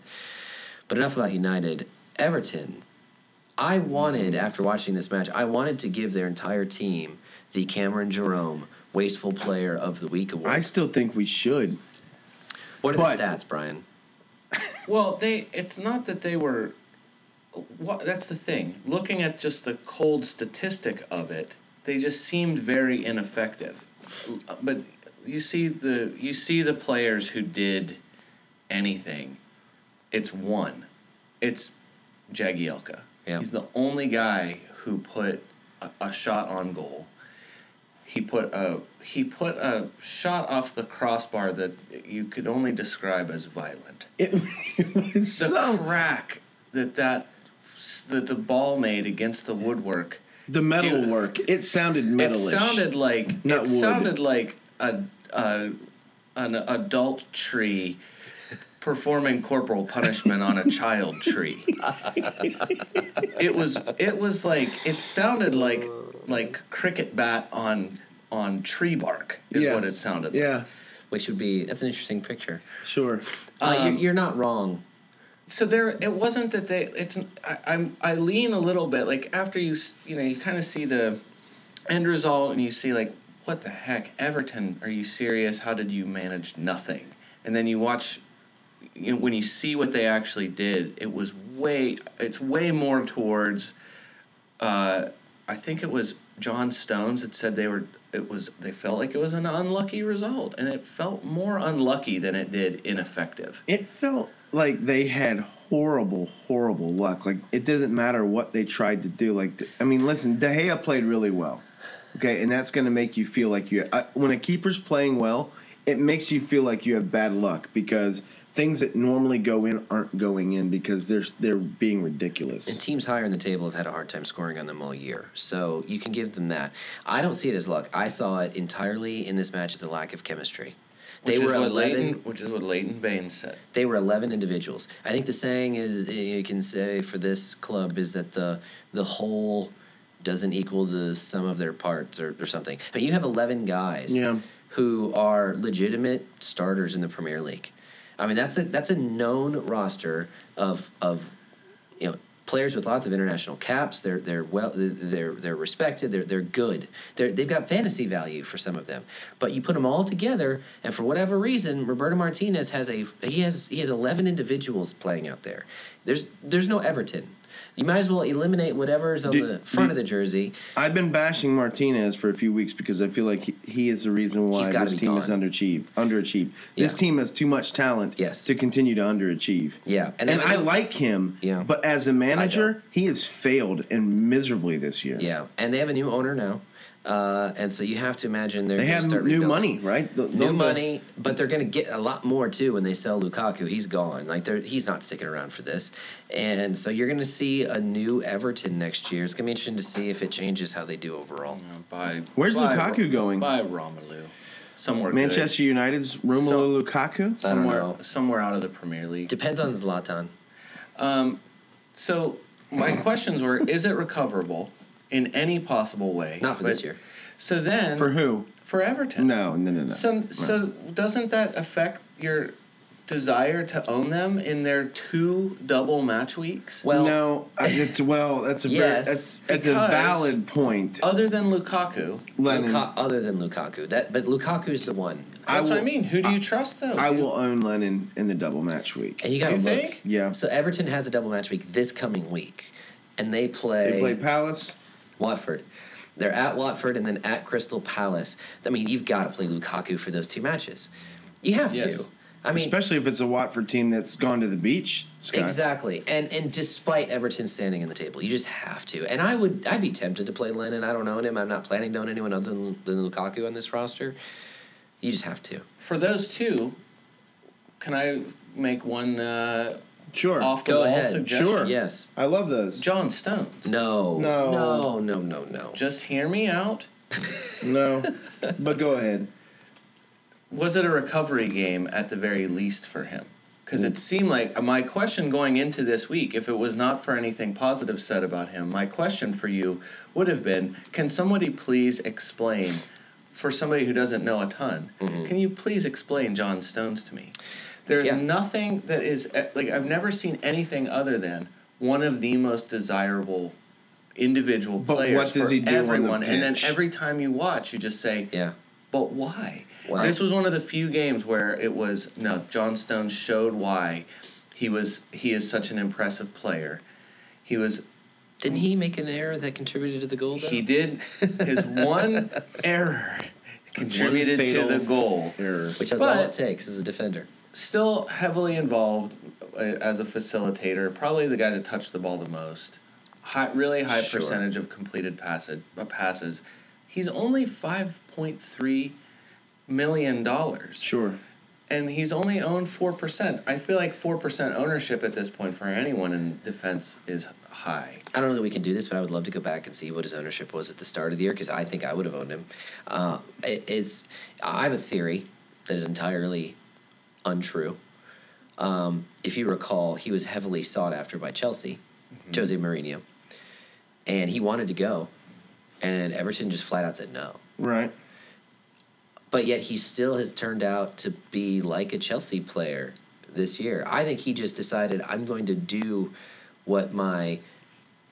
[SPEAKER 3] But enough about United. Everton. I wanted, after watching this match, I wanted to give their entire team the Cameron Jerome Wasteful Player of the Week award.
[SPEAKER 2] I still think we should.
[SPEAKER 3] what are
[SPEAKER 2] but-
[SPEAKER 3] the stats, Brian?
[SPEAKER 1] Well, they it's not that they were what that's the thing. Looking at just the cold statistic of it, they just seemed very ineffective. But you see the you see the players who did anything. It's one. It's Jagielka.
[SPEAKER 3] Yeah.
[SPEAKER 1] He's the only guy who put a, a shot on goal. He put a he put a shot off the crossbar that you could only describe as violent
[SPEAKER 2] It, it was
[SPEAKER 1] the
[SPEAKER 2] so
[SPEAKER 1] crack that that that the ball made against the woodwork.
[SPEAKER 2] the metal
[SPEAKER 1] Dude,
[SPEAKER 2] work. It sounded
[SPEAKER 1] It
[SPEAKER 2] metalish.
[SPEAKER 1] sounded like
[SPEAKER 2] Not
[SPEAKER 1] it
[SPEAKER 2] wood.
[SPEAKER 1] sounded like a, a an adult tree performing corporal punishment on a child tree. it was it was like it sounded like like cricket bat on on tree bark is
[SPEAKER 2] Yeah.
[SPEAKER 1] what it sounded like.
[SPEAKER 2] Yeah,
[SPEAKER 3] Which would be, that's an interesting picture.
[SPEAKER 2] sure.
[SPEAKER 3] Uh,
[SPEAKER 1] Um,
[SPEAKER 3] you're, you're not wrong.
[SPEAKER 1] so there it wasn't that they it's I, i'm i lean a little bit like after you s- you know you kind of see the end result and you see like what the heck everton are you serious how did you manage nothing and then you watch you know, when you see what they actually did it was way it's way more towards uh, I think it was John Stones that said they were it was they felt like it was an unlucky result and it felt more unlucky than it did ineffective.
[SPEAKER 2] It felt like they had horrible, horrible luck. Like it doesn't matter what they tried to do. Like I mean, listen, De Gea played really well. Okay, and that's going to make you feel like you. I, when a keeper's playing well, it makes you feel like you have bad luck because things that normally go in aren't going in because they're they're being ridiculous.
[SPEAKER 3] And teams higher in the table have had a hard time scoring on them all year. So you can give them that. I don't see it as luck. I saw it entirely in this match as a lack of chemistry.
[SPEAKER 1] Which is what
[SPEAKER 3] 11
[SPEAKER 1] Leighton, which is what Leighton Baines said.
[SPEAKER 3] they were 11 individuals. I think the saying is eh, you can say for this club is that the the whole doesn't equal the sum of their parts or, or something. But you have 11 guys
[SPEAKER 2] Yeah.
[SPEAKER 3] who are legitimate starters in the Premier League. I mean that's a that's a known roster of of you know players with lots of international caps. They're they're well they're they're respected. They're they're good. They're, they've got fantasy value for some of them. But you put them all together, and for whatever reason, Roberto Martinez has a he has he has eleven individuals playing out there. There's there's no Everton. You might as well eliminate whatever's on
[SPEAKER 2] Do-
[SPEAKER 3] the front
[SPEAKER 2] do-
[SPEAKER 3] of the jersey.
[SPEAKER 2] I've been bashing Martinez for a few weeks because I feel like he, he is the reason why
[SPEAKER 3] He's gotta
[SPEAKER 2] this
[SPEAKER 3] be
[SPEAKER 2] team is
[SPEAKER 3] gone.
[SPEAKER 2] underachieved. Underachieved. This
[SPEAKER 3] Yeah.
[SPEAKER 2] team has too much talent
[SPEAKER 3] Yes.
[SPEAKER 2] to continue to underachieve.
[SPEAKER 3] Yeah,
[SPEAKER 2] And, I, like him,
[SPEAKER 3] Yeah.
[SPEAKER 2] but as a manager, he has failed and miserably this year.
[SPEAKER 3] Yeah, and they have a new owner now. Uh, and so you have to imagine they're
[SPEAKER 2] They
[SPEAKER 3] going to
[SPEAKER 2] have
[SPEAKER 3] start
[SPEAKER 2] new
[SPEAKER 3] rebuilding.
[SPEAKER 2] money, right? The,
[SPEAKER 3] New money, but they're going to get a lot more too when they sell Lukaku. He's gone. Like they're, he's not sticking around for this. And so you're going to see a new Everton next year. It's going to be interesting to see if it changes how they do overall.
[SPEAKER 1] By
[SPEAKER 2] Where's Lukaku going?
[SPEAKER 1] By Romelu, somewhere. good.
[SPEAKER 2] Manchester United's Romelu Lukaku.
[SPEAKER 3] I don't
[SPEAKER 1] Somewhere,
[SPEAKER 3] know.
[SPEAKER 1] somewhere out of the Premier League.
[SPEAKER 3] Depends on Zlatan.
[SPEAKER 1] So my questions were: Is it recoverable in any possible way?
[SPEAKER 3] Not for
[SPEAKER 1] But-
[SPEAKER 3] this year.
[SPEAKER 1] So then,
[SPEAKER 2] For who?
[SPEAKER 1] For Everton.
[SPEAKER 2] No, no, no, no.
[SPEAKER 1] So so doesn't that affect your desire to own them in their two double match weeks?
[SPEAKER 3] Well,
[SPEAKER 2] no, I- it's well. That's a very,
[SPEAKER 3] Yes,
[SPEAKER 2] that's, that's a
[SPEAKER 1] because-
[SPEAKER 2] valid point,
[SPEAKER 1] Other than Lukaku,
[SPEAKER 2] Lennon.
[SPEAKER 3] Luka- other than Lukaku, that but Lukaku's the one,
[SPEAKER 1] that's
[SPEAKER 2] will,
[SPEAKER 1] what I mean. Who do you trust though?
[SPEAKER 2] I
[SPEAKER 1] dude?
[SPEAKER 2] will own Lennon in the double match week.
[SPEAKER 3] and you got to
[SPEAKER 1] You
[SPEAKER 3] look.
[SPEAKER 1] think?
[SPEAKER 2] Yeah,
[SPEAKER 3] So Everton has a double match week this coming week, and they play,
[SPEAKER 2] they play Palace.
[SPEAKER 3] Watford. They're at Watford and then at Crystal Palace. I mean, you've got to play Lukaku for those two matches. You have
[SPEAKER 1] Yes.
[SPEAKER 3] to. I mean,
[SPEAKER 2] Especially if it's a Watford team that's gone to the beach. Scott.
[SPEAKER 3] Exactly, and and despite Everton standing in the table, you just have to. And I would, I'd be tempted to play Lennon. I don't own him. I'm not planning to own anyone other than, than Lukaku on this roster. You just have to.
[SPEAKER 1] For those two, can I make one uh,
[SPEAKER 2] Sure.
[SPEAKER 1] off the
[SPEAKER 3] Go
[SPEAKER 1] wall
[SPEAKER 3] ahead.
[SPEAKER 1] suggestion?
[SPEAKER 2] Sure.
[SPEAKER 3] Yes.
[SPEAKER 2] I love those.
[SPEAKER 1] John Stones.
[SPEAKER 3] No.
[SPEAKER 2] No.
[SPEAKER 3] No. No. No. No.
[SPEAKER 1] Just hear me out.
[SPEAKER 2] No, but go ahead.
[SPEAKER 1] Was it a recovery game at the very least for him? Because it seemed like uh, my question going into this week, if it was not for anything positive said about him, my question for you would have been can somebody please explain, for somebody who doesn't know a ton,
[SPEAKER 2] Mm-hmm.
[SPEAKER 1] can you please explain John Stones to me? There's
[SPEAKER 3] Yeah.
[SPEAKER 1] nothing that is, eh, like, I've never seen anything other than one of the most desirable individual
[SPEAKER 2] But
[SPEAKER 1] players
[SPEAKER 2] what does
[SPEAKER 1] for
[SPEAKER 2] he do on the
[SPEAKER 1] everyone. And then
[SPEAKER 2] pitch?
[SPEAKER 1] every time you watch, you just say,
[SPEAKER 3] Yeah.
[SPEAKER 1] but why?
[SPEAKER 3] Why?
[SPEAKER 1] This was one of the few games where it was no. John Stones showed why he was he is such an impressive player. He was
[SPEAKER 3] Didn't he make an error that contributed to the goal? Though?
[SPEAKER 1] he did his one error contributed to
[SPEAKER 2] fatal
[SPEAKER 1] the goal.
[SPEAKER 2] Error.
[SPEAKER 3] Which is all it
[SPEAKER 1] But-
[SPEAKER 3] takes as a defender.
[SPEAKER 1] Still heavily involved uh, as a facilitator. Probably the guy that touched the ball the most. High, really high
[SPEAKER 3] Sure.
[SPEAKER 1] percentage of completed passage, uh, passes. He's only five point three million dollars.
[SPEAKER 2] Sure.
[SPEAKER 1] and he's only owned 4%. I feel like 4% ownership at this point for anyone in defense is high.
[SPEAKER 3] I don't know that we can do this, but I would love to go back and see what his ownership was at the start of the year because I think I would have owned him. Uh, it, it's I have a theory that is entirely untrue. Um, if you recall, he was heavily sought after by Chelsea, Jose Mourinho, and he wanted to go, and Everton just flat out said no.
[SPEAKER 2] Right.
[SPEAKER 3] But yet he still has turned out to be like a Chelsea player this year. I think he just decided I'm going to do what my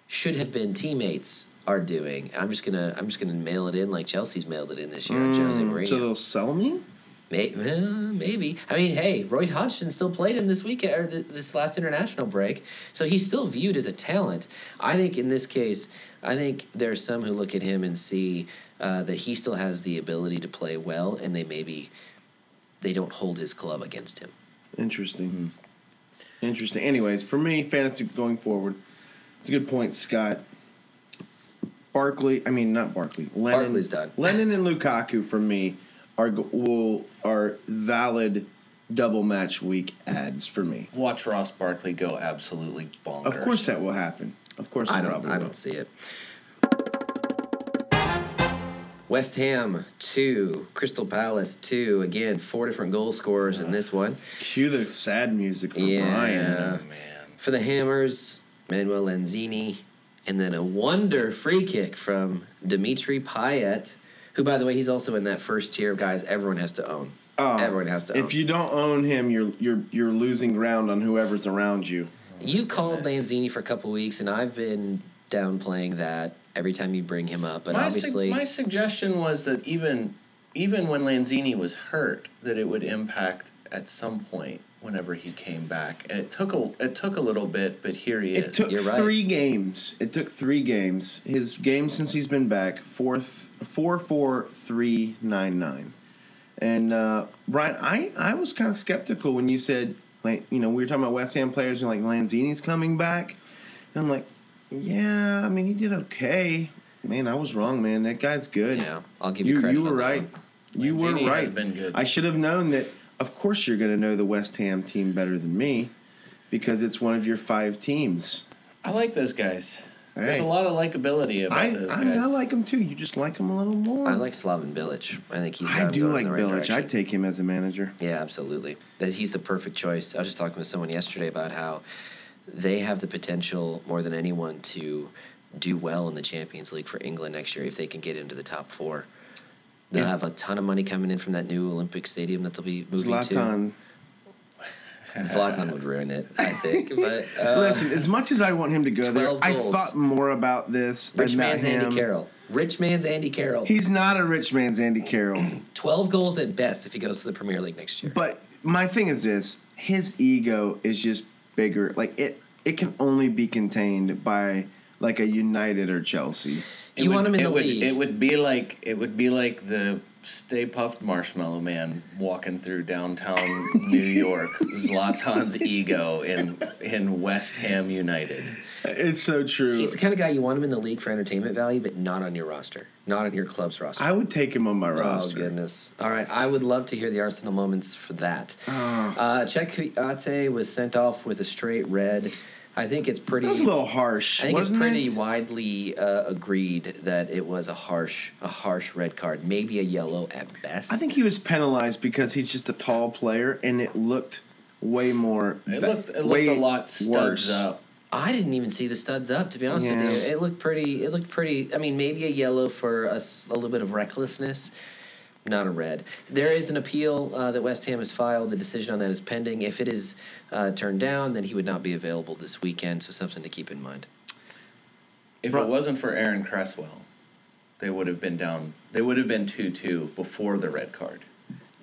[SPEAKER 3] should have been teammates are doing. I'm just gonna I'm just gonna mail it in like Chelsea's mailed it in this year. Jose Mourinho.
[SPEAKER 2] So they'll sell me?
[SPEAKER 3] May- eh, Maybe. I mean, hey, Roy Hodgson still played him this weekend or th- this last international break, so he's still viewed as a talent. I think in this case, I think there are some who look at him and see uh, that he still has the ability to play well, and they maybe they don't hold his club against him.
[SPEAKER 2] Interesting.
[SPEAKER 3] Hmm.
[SPEAKER 2] Interesting. Anyways, for me, fantasy going forward, it's a good point, Scott. Barkley, I mean not Barkley. Lennon,
[SPEAKER 3] Barkley's done.
[SPEAKER 2] Lennon and Lukaku for me are go- will are valid double match week ads for me.
[SPEAKER 1] Watch Ross Barkley go absolutely bonkers.
[SPEAKER 2] Of course that will happen. Of course,
[SPEAKER 3] I
[SPEAKER 2] it
[SPEAKER 3] don't.
[SPEAKER 2] probably
[SPEAKER 3] I
[SPEAKER 2] will.
[SPEAKER 3] don't see it. West Ham two, Crystal Palace two. Again, four different goal scorers in this one.
[SPEAKER 2] Cue the sad music for
[SPEAKER 3] Yeah.
[SPEAKER 1] Oh,
[SPEAKER 2] Brian.
[SPEAKER 1] man.
[SPEAKER 3] for the Hammers, Manuel Lanzini, and then a wonder free kick from Dimitri Payet, who, by the way, he's also in that first tier of guys everyone has to own.
[SPEAKER 2] Oh,
[SPEAKER 3] everyone has to own.
[SPEAKER 2] If
[SPEAKER 3] You,
[SPEAKER 2] you don't own him, you're you're you're losing ground on whoever's around you.
[SPEAKER 3] called Lanzini for a couple weeks, and I've been downplaying that every time you bring him up, but
[SPEAKER 1] My, sug-
[SPEAKER 3] obviously.
[SPEAKER 1] my suggestion was that even even when Lanzini was hurt, that it would impact at some point whenever he came back. And it took a it took a little bit, but here he
[SPEAKER 2] It
[SPEAKER 1] is.
[SPEAKER 2] took
[SPEAKER 3] You're right.
[SPEAKER 2] three games. It took three games. His game since he's been back fourth four four three nine nine. And uh, Brian, I I was kind of skeptical when you said like you know we were talking about West Ham players and like Lanzini's coming back, and I'm like, yeah, I mean he did okay. man, I was wrong, man. That guy's good.
[SPEAKER 3] Yeah, I'll give you,
[SPEAKER 2] You,
[SPEAKER 3] credit.
[SPEAKER 2] you were
[SPEAKER 3] on that
[SPEAKER 2] right.
[SPEAKER 3] one.
[SPEAKER 2] You were
[SPEAKER 1] Lanzini has
[SPEAKER 2] right.
[SPEAKER 1] been good.
[SPEAKER 2] I should have known that. Of course, you're going to know the West Ham team better than me, because it's one of your five teams.
[SPEAKER 1] I like those guys. There's
[SPEAKER 2] Hey.
[SPEAKER 1] a lot of likability about
[SPEAKER 2] I,
[SPEAKER 1] those
[SPEAKER 2] I,
[SPEAKER 1] guys.
[SPEAKER 2] I like him too. You just like him a little more.
[SPEAKER 3] I like Slaven Bilic. I think he's.
[SPEAKER 2] I
[SPEAKER 3] got him
[SPEAKER 2] do
[SPEAKER 3] going
[SPEAKER 2] like
[SPEAKER 3] in the right
[SPEAKER 2] Bilic.
[SPEAKER 3] direction.
[SPEAKER 2] I'd take him as a manager.
[SPEAKER 3] Yeah, absolutely. That he's the perfect choice. I was just talking with someone yesterday about how they have the potential more than anyone to do well in the Champions League for England next year if they can get into the top four. They'll
[SPEAKER 2] Yeah.
[SPEAKER 3] have a ton of money coming in from that new Olympic stadium that they'll be moving to.
[SPEAKER 2] Zlatan.
[SPEAKER 3] Zlatan would ruin it, I think. but uh,
[SPEAKER 2] Listen, as much as I want him to go there,
[SPEAKER 3] 12
[SPEAKER 2] I
[SPEAKER 3] goals.
[SPEAKER 2] thought more about this.
[SPEAKER 3] rich
[SPEAKER 2] and not
[SPEAKER 3] man's
[SPEAKER 2] him.
[SPEAKER 3] Andy Carroll. Rich man's Andy Carroll.
[SPEAKER 2] He's not a rich man's Andy Carroll.
[SPEAKER 3] Twelve goals at best if he goes to the Premier League next year.
[SPEAKER 2] But my thing is this: his ego is just bigger. Like it, it can only be contained by like a United or Chelsea.
[SPEAKER 1] It
[SPEAKER 3] you
[SPEAKER 1] would-
[SPEAKER 3] want him in
[SPEAKER 1] it
[SPEAKER 3] the
[SPEAKER 1] would,
[SPEAKER 3] league.
[SPEAKER 1] It would be like it would be like the Stay Puffed Marshmallow Man walking through downtown New York. Zlatan's ego in in West Ham United.
[SPEAKER 2] It's so true.
[SPEAKER 3] He's the kind of guy you want him in the league for entertainment value, but not on your roster, not on your club's roster.
[SPEAKER 2] I would take him on my
[SPEAKER 3] Oh
[SPEAKER 2] roster.
[SPEAKER 3] goodness! All right, I would love to hear the Arsenal moments for that.
[SPEAKER 2] Ah.
[SPEAKER 3] Uh, Czech Ate was sent off with a straight red. I think it's pretty.
[SPEAKER 2] That was a little harsh.
[SPEAKER 3] I think it's
[SPEAKER 2] wasn't
[SPEAKER 3] pretty
[SPEAKER 2] it?
[SPEAKER 3] widely uh, agreed that it was a harsh, a harsh red card, maybe a yellow at best.
[SPEAKER 2] I think he was penalized because he's just a tall player, and it looked way more.
[SPEAKER 1] It
[SPEAKER 2] be-
[SPEAKER 1] looked it looked
[SPEAKER 2] way
[SPEAKER 1] a lot studs
[SPEAKER 2] worse.
[SPEAKER 1] up.
[SPEAKER 3] I didn't even see the studs up. To be honest
[SPEAKER 2] Yeah.
[SPEAKER 3] with you, it looked pretty. It looked pretty. I mean, maybe a yellow for a, s- a little bit of recklessness, not a red. There is an appeal uh, that West Ham has filed. The decision on that is pending. If it is uh, turned down, then he would not be available this weekend. So something to keep in mind.
[SPEAKER 1] If it wasn't for Aaron Cresswell, they would have been down. They would have been two two before the red card.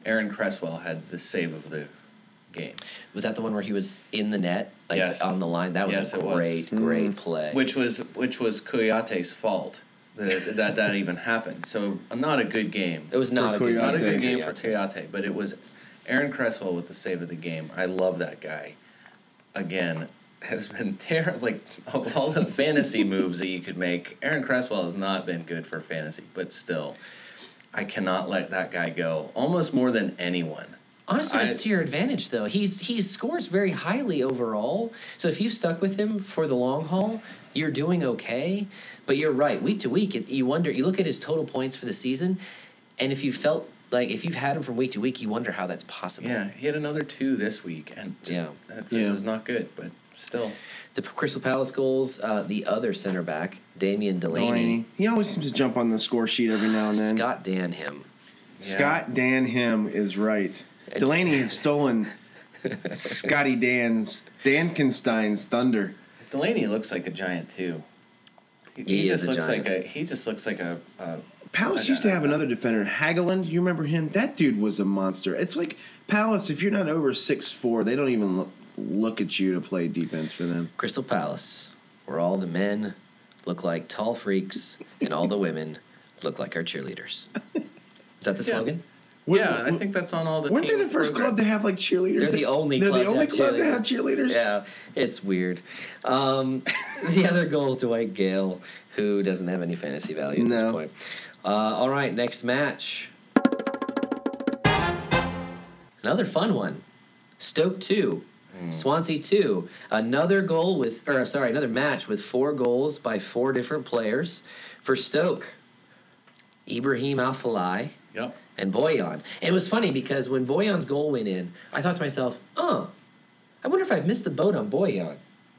[SPEAKER 1] Aaron Cresswell had the save of the game,
[SPEAKER 3] Was that the one where he was in the net, like
[SPEAKER 1] Yes.
[SPEAKER 3] on the line? That was
[SPEAKER 1] Yes,
[SPEAKER 3] a
[SPEAKER 1] it was.
[SPEAKER 3] great, great play.
[SPEAKER 1] which was which was Kuyate's fault that that, that even happened. So not a good game.
[SPEAKER 3] it was not a good,
[SPEAKER 1] Not a good
[SPEAKER 3] game
[SPEAKER 1] game
[SPEAKER 3] for
[SPEAKER 1] for
[SPEAKER 3] Coyote.
[SPEAKER 1] Teate, but it was Aaron Cresswell with the save of the game. I love that guy. Again, has been terrible. Like of all the fantasy moves that you could make, Aaron Cresswell has not been good for fantasy. But still, I cannot let that guy go. Almost more than anyone.
[SPEAKER 3] Honestly,
[SPEAKER 1] I-
[SPEAKER 3] that's to your advantage, though. He's he scores very highly overall. So if you've stuck with him for the long haul, you're doing okay. But you're right, week to week, it, you wonder. You look at his total points for the season, and if you felt like if you've had him from week to week, you wonder how that's possible.
[SPEAKER 1] Yeah, he had another two this week, and just,
[SPEAKER 3] Yeah.
[SPEAKER 1] that just
[SPEAKER 2] Yeah.
[SPEAKER 1] is not good. But still,
[SPEAKER 3] The P- Crystal Palace goals. Uh, the other center back, Damian Delaney.
[SPEAKER 2] Delaney. He always seems to jump on the score sheet every now and then.
[SPEAKER 3] Scott Dan him.
[SPEAKER 2] Scott Dan Him is right.
[SPEAKER 3] Uh,
[SPEAKER 2] Delaney has stolen Scotty Dan's Dankenstein's thunder.
[SPEAKER 1] Delaney looks like a giant too. He, he
[SPEAKER 3] He is
[SPEAKER 1] just
[SPEAKER 3] a
[SPEAKER 1] looks
[SPEAKER 3] giant.
[SPEAKER 1] like a. He just looks like a. a
[SPEAKER 2] Palace
[SPEAKER 1] I-
[SPEAKER 2] used to
[SPEAKER 1] I-
[SPEAKER 2] have another defender, Hageland. You remember him? That dude was a monster. It's like Palace. If you're not over six four, they don't even look, look at you to play defense for them.
[SPEAKER 3] Crystal Palace, where all the men look like tall freaks and all the women look like our cheerleaders. Is that the
[SPEAKER 1] Yeah.
[SPEAKER 3] slogan?
[SPEAKER 1] yeah, I think that's on all the.
[SPEAKER 2] Weren't they
[SPEAKER 1] team
[SPEAKER 2] the first
[SPEAKER 1] programs.
[SPEAKER 2] club to have like cheerleaders?
[SPEAKER 3] They're the only.
[SPEAKER 2] They're
[SPEAKER 3] club
[SPEAKER 2] the only
[SPEAKER 3] to
[SPEAKER 2] club to have cheerleaders.
[SPEAKER 3] Yeah, it's weird. Um, the other goal, Dwight Gale, who doesn't have any fantasy value at this
[SPEAKER 2] No.
[SPEAKER 3] point. Uh, all right, next match. Another fun one. Stoke two, Swansea two. Another goal with, or sorry, another match with four goals by four different players for Stoke. Ibrahim Alfalai
[SPEAKER 1] Yep.
[SPEAKER 3] and Boyan. And it was funny because when Boyan's goal went in, I thought to myself, oh, I wonder if I've missed the boat on Boyan.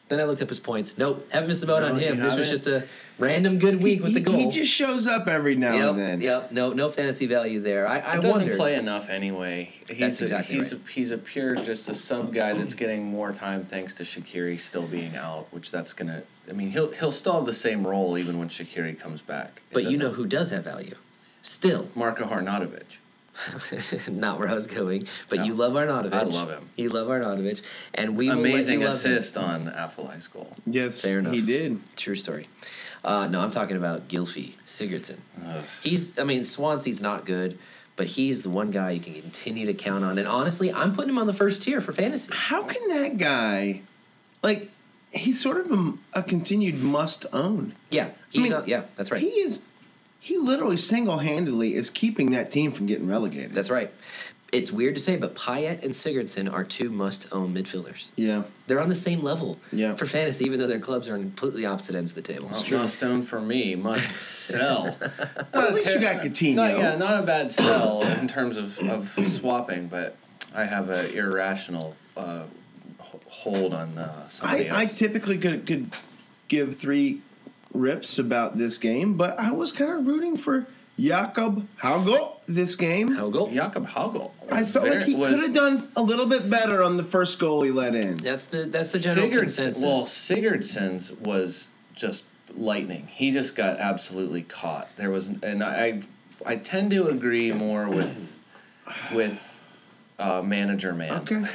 [SPEAKER 3] Then I looked up his points. Nope, haven't missed the boat
[SPEAKER 1] No,
[SPEAKER 3] on
[SPEAKER 1] you
[SPEAKER 3] him. This was
[SPEAKER 1] haven't?
[SPEAKER 3] just a random good week with
[SPEAKER 2] he,
[SPEAKER 3] the goal.
[SPEAKER 2] he just shows up every now and
[SPEAKER 3] yep,
[SPEAKER 2] then.
[SPEAKER 3] yep, no, no fantasy value there. I, I
[SPEAKER 1] He doesn't
[SPEAKER 3] wonder.
[SPEAKER 1] play enough anyway. He's
[SPEAKER 3] That's
[SPEAKER 1] a,
[SPEAKER 3] exactly
[SPEAKER 1] he's
[SPEAKER 3] right.
[SPEAKER 1] a, he's a pure just a sub guy that's getting more time thanks to Shakiri still being out, which that's gonna. I mean, he'll he'll still have the same role even when Shakiri comes back. It
[SPEAKER 3] but you
[SPEAKER 1] doesn't-
[SPEAKER 3] know who does have value? Still,
[SPEAKER 1] Marko Harnatovic.
[SPEAKER 3] not where I was going, but you
[SPEAKER 1] No.
[SPEAKER 3] love Arnautovic.
[SPEAKER 1] I love him.
[SPEAKER 3] You love Arnautovic, and we will let you
[SPEAKER 1] Amazing
[SPEAKER 3] love him.
[SPEAKER 1] assist on Afalai's goal.
[SPEAKER 2] Yes,
[SPEAKER 3] Fair enough.
[SPEAKER 2] he did.
[SPEAKER 3] True story. Uh, no, I'm talking about Gilfy Sigurdsson. He's, I mean, Swansea's not good, but he's the one guy you can continue to count on. And honestly, I'm putting him on the first tier for fantasy.
[SPEAKER 2] How can that guy, like, he's sort of a, a continued must own.
[SPEAKER 3] Yeah, he's
[SPEAKER 2] I mean,
[SPEAKER 3] on, yeah, that's right.
[SPEAKER 2] He is. He literally single handedly is keeping that team from getting relegated.
[SPEAKER 3] that's right. It's weird to say, but Payet and Sigurdsson are two must-own midfielders.
[SPEAKER 2] yeah.
[SPEAKER 3] They're on the same level
[SPEAKER 2] Yeah.
[SPEAKER 3] for fantasy, even though their clubs are on completely opposite ends of the table.
[SPEAKER 1] Must own for me. Must sell. Not
[SPEAKER 2] Well,
[SPEAKER 1] a
[SPEAKER 2] at least you got Coutinho.
[SPEAKER 1] Not, yeah, not a bad sell in terms of, of swapping, but I have an irrational uh, h- hold on uh, somebody
[SPEAKER 2] I, I
[SPEAKER 1] else.
[SPEAKER 2] typically could could give three rips about this game, but I was kind of rooting for Jakob Haugo this game.
[SPEAKER 3] How goal?
[SPEAKER 1] Jakob Hagel.
[SPEAKER 2] I felt like he could have done a little bit better on the first goal he let in.
[SPEAKER 3] That's the that's the general consensus.
[SPEAKER 1] Well, Sigurdsson's was just lightning. He just got absolutely caught. There was, and I, I tend to agree more with, with, uh, manager man. Oh,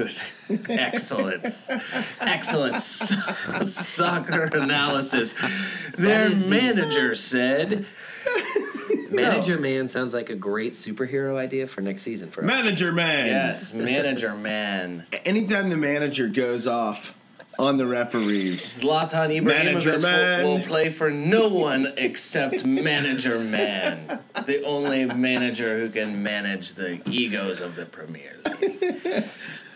[SPEAKER 2] Okay.
[SPEAKER 1] Good. Excellent. Excellent so- soccer analysis. Their
[SPEAKER 3] is the-
[SPEAKER 1] manager said.
[SPEAKER 3] Manager Man sounds like a great superhero idea for next season for us.
[SPEAKER 2] Manager man.
[SPEAKER 1] Yes, manager man.
[SPEAKER 2] Anytime the manager goes off on the referees,
[SPEAKER 1] Zlatan
[SPEAKER 2] Manager
[SPEAKER 1] Ibrahimovic
[SPEAKER 2] man.
[SPEAKER 1] will, will play for no one except manager man, the only manager who can manage the egos of the Premier League.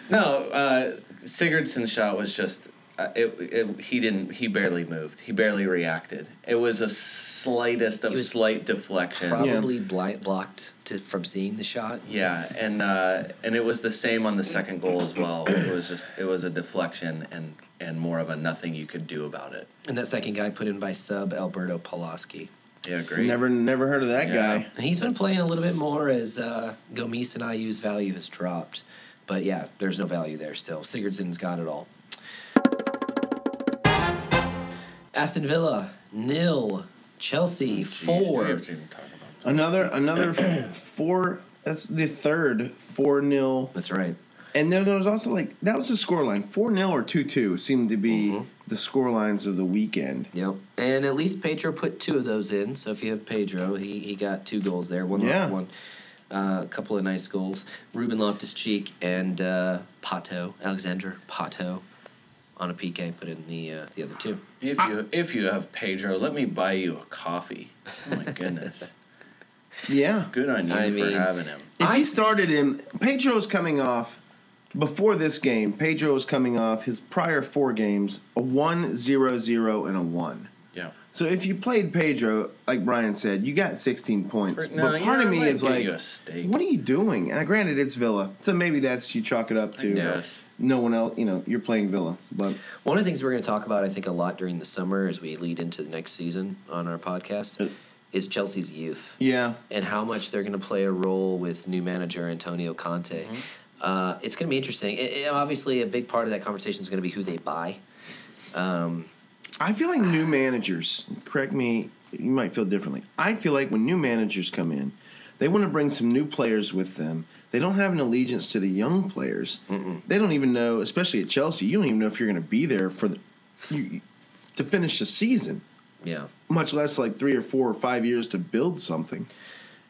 [SPEAKER 1] No, uh, Sigurdsson's shot was just. Uh, it, it he didn't he barely moved he barely reacted it was a slightest of
[SPEAKER 3] was
[SPEAKER 1] slight deflection
[SPEAKER 3] Probably bli- blocked to, from seeing the shot.
[SPEAKER 1] yeah, and uh, and it was the same on the second goal as well. It was just it was a deflection and and more of a nothing you could do about it.
[SPEAKER 3] And that second guy put in by sub Alberto Pulaski.
[SPEAKER 1] Yeah, great.
[SPEAKER 2] never never heard of that
[SPEAKER 1] Yeah.
[SPEAKER 2] guy.
[SPEAKER 3] And He's been playing a little bit more as uh, Gomes and IU's value has dropped. But yeah, there's no value there still. Sigurdsson's got it all. Aston Villa, nil.
[SPEAKER 1] Jeez,
[SPEAKER 3] Chelsea,
[SPEAKER 1] we
[SPEAKER 3] four.
[SPEAKER 1] Oh, have to even talk about that.
[SPEAKER 2] Another another four. That's the third four 0
[SPEAKER 3] That's right.
[SPEAKER 2] And then there was also like that was the scoreline four 0 or two two seemed to be the scorelines of the weekend.
[SPEAKER 3] Yep. And at least Pedro put two of those in. So if you have Pedro, he, he got two goals there. One
[SPEAKER 2] Yeah.
[SPEAKER 3] one uh, a couple of nice goals. Ruben Loftus Cheek and uh, Pato, Alexander Pato on a PK put in the uh, the other two.
[SPEAKER 1] If you if you have Pedro, let me buy you a coffee. Oh my goodness.
[SPEAKER 2] Yeah,
[SPEAKER 1] Good on you
[SPEAKER 3] I
[SPEAKER 1] for
[SPEAKER 3] mean-
[SPEAKER 1] having him.
[SPEAKER 2] If he started him, Pedro was coming off before this game. Pedro was coming off his prior four games a 1 0 0 and a 1.
[SPEAKER 1] Yeah.
[SPEAKER 2] So if you played Pedro, like Brian said, you got 16 points.
[SPEAKER 1] For- no,
[SPEAKER 2] but
[SPEAKER 1] you
[SPEAKER 2] part
[SPEAKER 1] know,
[SPEAKER 2] of me
[SPEAKER 1] I'd
[SPEAKER 2] is
[SPEAKER 1] give
[SPEAKER 2] like,
[SPEAKER 1] you a steak.
[SPEAKER 2] what are you doing? And granted, it's Villa, so maybe that's you chalk it up to
[SPEAKER 1] guess.
[SPEAKER 2] no one else. You know, you're playing Villa, but
[SPEAKER 3] One of the things we're going to talk about, I think, a lot during the summer as we lead into the next season on our podcast is Chelsea's youth.
[SPEAKER 2] yeah,
[SPEAKER 3] and how much they're going to play a role with new manager Antonio Conte. Uh, it's going to be interesting. It- it- obviously, a big part of that conversation is going to be who they buy.
[SPEAKER 2] I feel like new managers, correct me, you might feel differently. I feel like when new managers come in, they want to bring some new players with them. They don't have an allegiance to the young players. They don't even know, especially at Chelsea, you don't even know if you're going to be there for the, you, to finish the season,
[SPEAKER 3] Yeah.
[SPEAKER 2] much less like three or four or five years to build something.